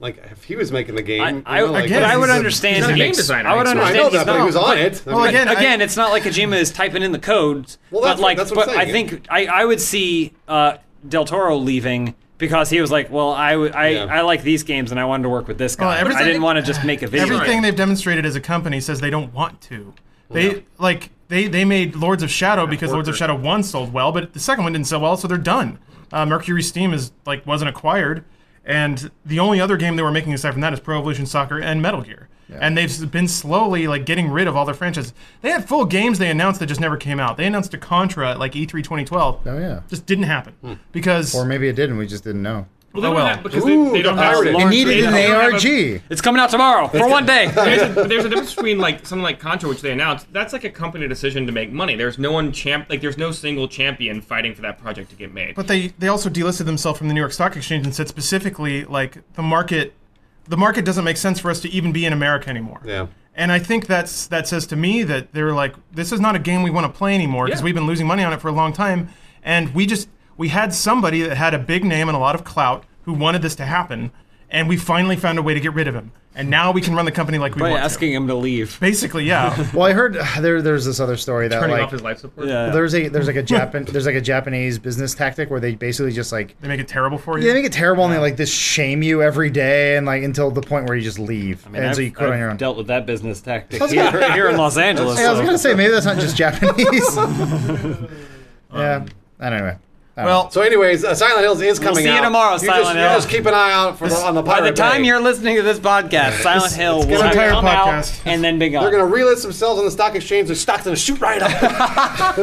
[SPEAKER 1] Like if he was making the game,
[SPEAKER 6] I,
[SPEAKER 1] you
[SPEAKER 6] I,
[SPEAKER 1] know, like,
[SPEAKER 6] but I would
[SPEAKER 5] he's a-
[SPEAKER 6] understand.
[SPEAKER 4] he's not a
[SPEAKER 6] him
[SPEAKER 4] game
[SPEAKER 6] ex-
[SPEAKER 4] designer,
[SPEAKER 6] I would
[SPEAKER 4] so I
[SPEAKER 1] No, I
[SPEAKER 6] understand.
[SPEAKER 1] know
[SPEAKER 6] he's
[SPEAKER 1] that, but
[SPEAKER 6] not-
[SPEAKER 1] he was on it.
[SPEAKER 3] well,
[SPEAKER 1] I mean,
[SPEAKER 3] again, I-
[SPEAKER 6] again, it's not like Kojima is typing in the codes.
[SPEAKER 1] Well,
[SPEAKER 6] but
[SPEAKER 1] that's what-
[SPEAKER 6] like,
[SPEAKER 1] that's what I'm
[SPEAKER 6] but I
[SPEAKER 1] saying.
[SPEAKER 6] think I, I would see uh, Del Toro leaving because he was like, well, I, w- I-
[SPEAKER 1] Yeah.
[SPEAKER 6] I like these games and I wanted to work with this
[SPEAKER 3] Well,
[SPEAKER 6] guy. I
[SPEAKER 3] everything-
[SPEAKER 6] didn't want to just make a video.
[SPEAKER 3] everything they've demonstrated as a company says they don't want to. They like they they made Lords of Shadow because Lords of Shadow one sold well, but the second one didn't sell well, so they're done. Uh, Mercury Steam is like wasn't acquired, and the only other game they were making aside from that is Pro Evolution Soccer and Metal Gear. And they've s- been slowly like getting rid of all their franchises. They had full games they announced that just never came out. They announced a Contra at like E E3 2012.
[SPEAKER 5] Oh yeah,
[SPEAKER 3] Just didn't happen because
[SPEAKER 5] or maybe it did, and we just didn't know.
[SPEAKER 4] Well, they
[SPEAKER 3] Oh,
[SPEAKER 4] don't
[SPEAKER 3] well.
[SPEAKER 4] have- because
[SPEAKER 1] Ooh,
[SPEAKER 4] they, they don't
[SPEAKER 1] the
[SPEAKER 4] have
[SPEAKER 1] pirated.
[SPEAKER 4] large-
[SPEAKER 1] It
[SPEAKER 5] Needed
[SPEAKER 4] they
[SPEAKER 5] an
[SPEAKER 4] don't have a-
[SPEAKER 5] ARG.
[SPEAKER 6] it's coming out tomorrow for
[SPEAKER 1] *laughs*
[SPEAKER 6] one day. *laughs*
[SPEAKER 4] there's, a, there's a difference between like something like Contra, which they announced. That's like a company decision to make money. There's no one champ, like there's no single champion fighting for that project to get made.
[SPEAKER 3] But they they also delisted themselves from the New York Stock Exchange and said specifically like the market the market doesn't make sense for us to even be in America anymore.
[SPEAKER 1] Yeah.
[SPEAKER 3] And I think that's that says to me that they're like this is not a game we want to play anymore because
[SPEAKER 4] Yeah.
[SPEAKER 3] we've been losing money on it for a long time and we just we had somebody that had a big name and a lot of clout who wanted this to happen and we finally found a way to get rid of him. And now we can run the company like we
[SPEAKER 6] By
[SPEAKER 3] want
[SPEAKER 6] asking
[SPEAKER 3] to.
[SPEAKER 6] him to leave.
[SPEAKER 3] Basically, yeah.
[SPEAKER 5] Well, I heard *sighs* there. There's this other story that
[SPEAKER 4] Turning
[SPEAKER 5] like
[SPEAKER 4] off his life support.
[SPEAKER 6] Yeah.
[SPEAKER 5] there's a there's like a Japan there's like a Japanese business tactic where they basically just like
[SPEAKER 3] they make it terrible for you.
[SPEAKER 5] they make it terrible and they like just shame you every day and like until the point where you just leave
[SPEAKER 6] I mean,
[SPEAKER 5] and
[SPEAKER 6] I've,
[SPEAKER 5] so you quit
[SPEAKER 6] I've
[SPEAKER 5] on your own.
[SPEAKER 6] dealt with that business tactic
[SPEAKER 5] was
[SPEAKER 6] here,
[SPEAKER 5] gonna-
[SPEAKER 6] here
[SPEAKER 1] *laughs*
[SPEAKER 6] in Los Angeles.
[SPEAKER 5] Hey, I was
[SPEAKER 6] so-
[SPEAKER 5] gonna say maybe that's not just Japanese. yeah. Anyway. I don't
[SPEAKER 3] well,
[SPEAKER 1] So, anyways, uh, Silent Hills is coming
[SPEAKER 6] see you
[SPEAKER 1] out
[SPEAKER 6] tomorrow,
[SPEAKER 1] You
[SPEAKER 6] Silent
[SPEAKER 1] just,
[SPEAKER 6] Hill.
[SPEAKER 1] You just keep an eye out for the, on the
[SPEAKER 6] By
[SPEAKER 1] pirate
[SPEAKER 6] the time
[SPEAKER 1] Bay.
[SPEAKER 6] you're listening to this podcast, Silent Hill will have
[SPEAKER 3] entire
[SPEAKER 6] come
[SPEAKER 3] podcast.
[SPEAKER 6] out and then be gone.
[SPEAKER 1] they're going to relist themselves on the stock exchange. Their stock's going to shoot right up.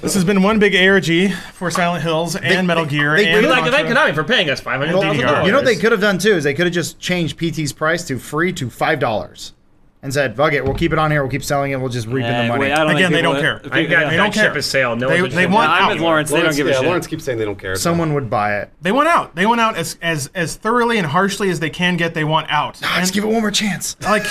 [SPEAKER 3] this has been one big ARG for Silent Hills and Metal Gear.
[SPEAKER 5] they-
[SPEAKER 3] and
[SPEAKER 4] We like to
[SPEAKER 3] Contra.
[SPEAKER 4] thank Konami for paying us five hundred thousand
[SPEAKER 5] know.
[SPEAKER 4] dollars.
[SPEAKER 5] You know what they could have done too is they could have just changed PT's price to free to five dollars and said, fuck it, we'll keep it on here, we'll keep selling it, we'll just reap in the
[SPEAKER 6] Uh,
[SPEAKER 5] money.
[SPEAKER 6] wait, I don't
[SPEAKER 3] Again,
[SPEAKER 6] think
[SPEAKER 3] they
[SPEAKER 6] people-
[SPEAKER 3] don't care.
[SPEAKER 6] people-
[SPEAKER 4] I got
[SPEAKER 3] They
[SPEAKER 4] they
[SPEAKER 3] don't
[SPEAKER 4] don't
[SPEAKER 3] care.
[SPEAKER 4] ship is sailed. No
[SPEAKER 3] They-
[SPEAKER 4] one's
[SPEAKER 3] they
[SPEAKER 4] interested.
[SPEAKER 3] want-
[SPEAKER 6] I'm with Lawrence. *laughs* They don't give a
[SPEAKER 1] yeah,
[SPEAKER 6] shit.
[SPEAKER 1] Lawrence keeps saying they don't care. so-
[SPEAKER 5] Someone would buy it.
[SPEAKER 3] They want out. They want out as as as thoroughly and harshly as they can get. They want out.
[SPEAKER 5] Let's
[SPEAKER 3] And,
[SPEAKER 5] give it one more chance.
[SPEAKER 3] like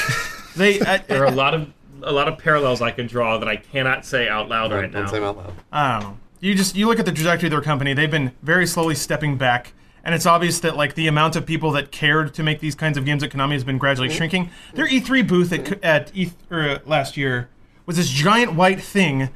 [SPEAKER 3] they. I,
[SPEAKER 4] There are a lot of a lot of parallels I can draw that I cannot say out loud right
[SPEAKER 1] Don't
[SPEAKER 4] now.
[SPEAKER 1] say them out loud.
[SPEAKER 6] Ah.
[SPEAKER 3] I don't know. You just you look at the trajectory of their company. They've been very slowly stepping back, and it's obvious that like the amount of people that cared to make E these kinds of games at Konami has been gradually shrinking. Their E3 booth at at E3, or, uh, E, last year was this giant white thing.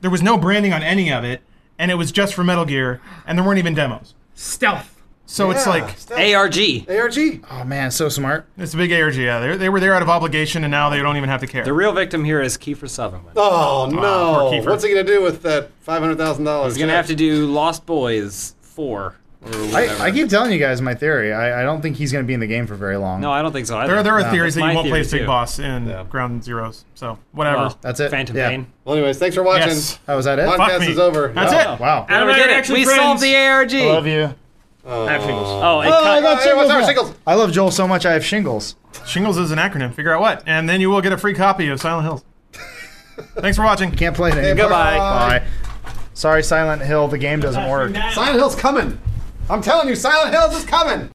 [SPEAKER 3] There was no branding on any of it, and it was just for Metal Gear, and there weren't even demos. Stealth. So it's
[SPEAKER 1] Yeah,
[SPEAKER 3] like
[SPEAKER 1] stuff.
[SPEAKER 6] ARG.
[SPEAKER 1] ARG.
[SPEAKER 5] Oh man, so smart.
[SPEAKER 3] it's a big ARG. Yeah, they they were there out of obligation, and now they don't even have to care.
[SPEAKER 6] The real victim here is Kiefer Sutherland.
[SPEAKER 1] Oh
[SPEAKER 3] poor
[SPEAKER 1] no!
[SPEAKER 3] Kiefer.
[SPEAKER 1] What's he gonna do with that five hundred thousand dollars?
[SPEAKER 6] Ah, He's gonna have to do Lost Boys four. Or whatever.
[SPEAKER 5] I, I keep telling you guys my theory. I, I don't think he's going to be in the game for very long.
[SPEAKER 6] no, Oh, I don't think so.
[SPEAKER 3] there, there are theories
[SPEAKER 6] that's
[SPEAKER 3] that
[SPEAKER 6] my
[SPEAKER 3] you won't play
[SPEAKER 6] theory,
[SPEAKER 3] as Big
[SPEAKER 6] too.
[SPEAKER 3] Boss in Ground Zeroes. So whatever.
[SPEAKER 6] Well,
[SPEAKER 5] That's it.
[SPEAKER 6] Oh, Phantom
[SPEAKER 5] Yeah.
[SPEAKER 6] Pain.
[SPEAKER 1] Well, anyways, thanks for watching.
[SPEAKER 3] Yes.
[SPEAKER 5] that was that it.
[SPEAKER 3] Fuck
[SPEAKER 1] Podcast
[SPEAKER 3] me.
[SPEAKER 1] is over.
[SPEAKER 3] That's
[SPEAKER 1] No.
[SPEAKER 3] it.
[SPEAKER 5] Wow.
[SPEAKER 4] Adam
[SPEAKER 6] We
[SPEAKER 4] and I are
[SPEAKER 6] did it.
[SPEAKER 4] actually
[SPEAKER 6] We
[SPEAKER 4] friends.
[SPEAKER 6] solved the ARG.
[SPEAKER 5] I love you.
[SPEAKER 4] I have shingles.
[SPEAKER 6] Oh, it cut-
[SPEAKER 1] got Hey, what's our shingles?
[SPEAKER 5] I love Joel so much I have shingles.
[SPEAKER 3] Shingles is an acronym. Figure out what, and then you will get a free copy of Silent Hills. Thanks for watching.
[SPEAKER 5] Can't play it anymore.
[SPEAKER 6] Goodbye.
[SPEAKER 5] Bye. Sorry, Silent Hill. The game doesn't work.
[SPEAKER 1] Silent Hill's coming. I'm telling you, Silent Hills is coming.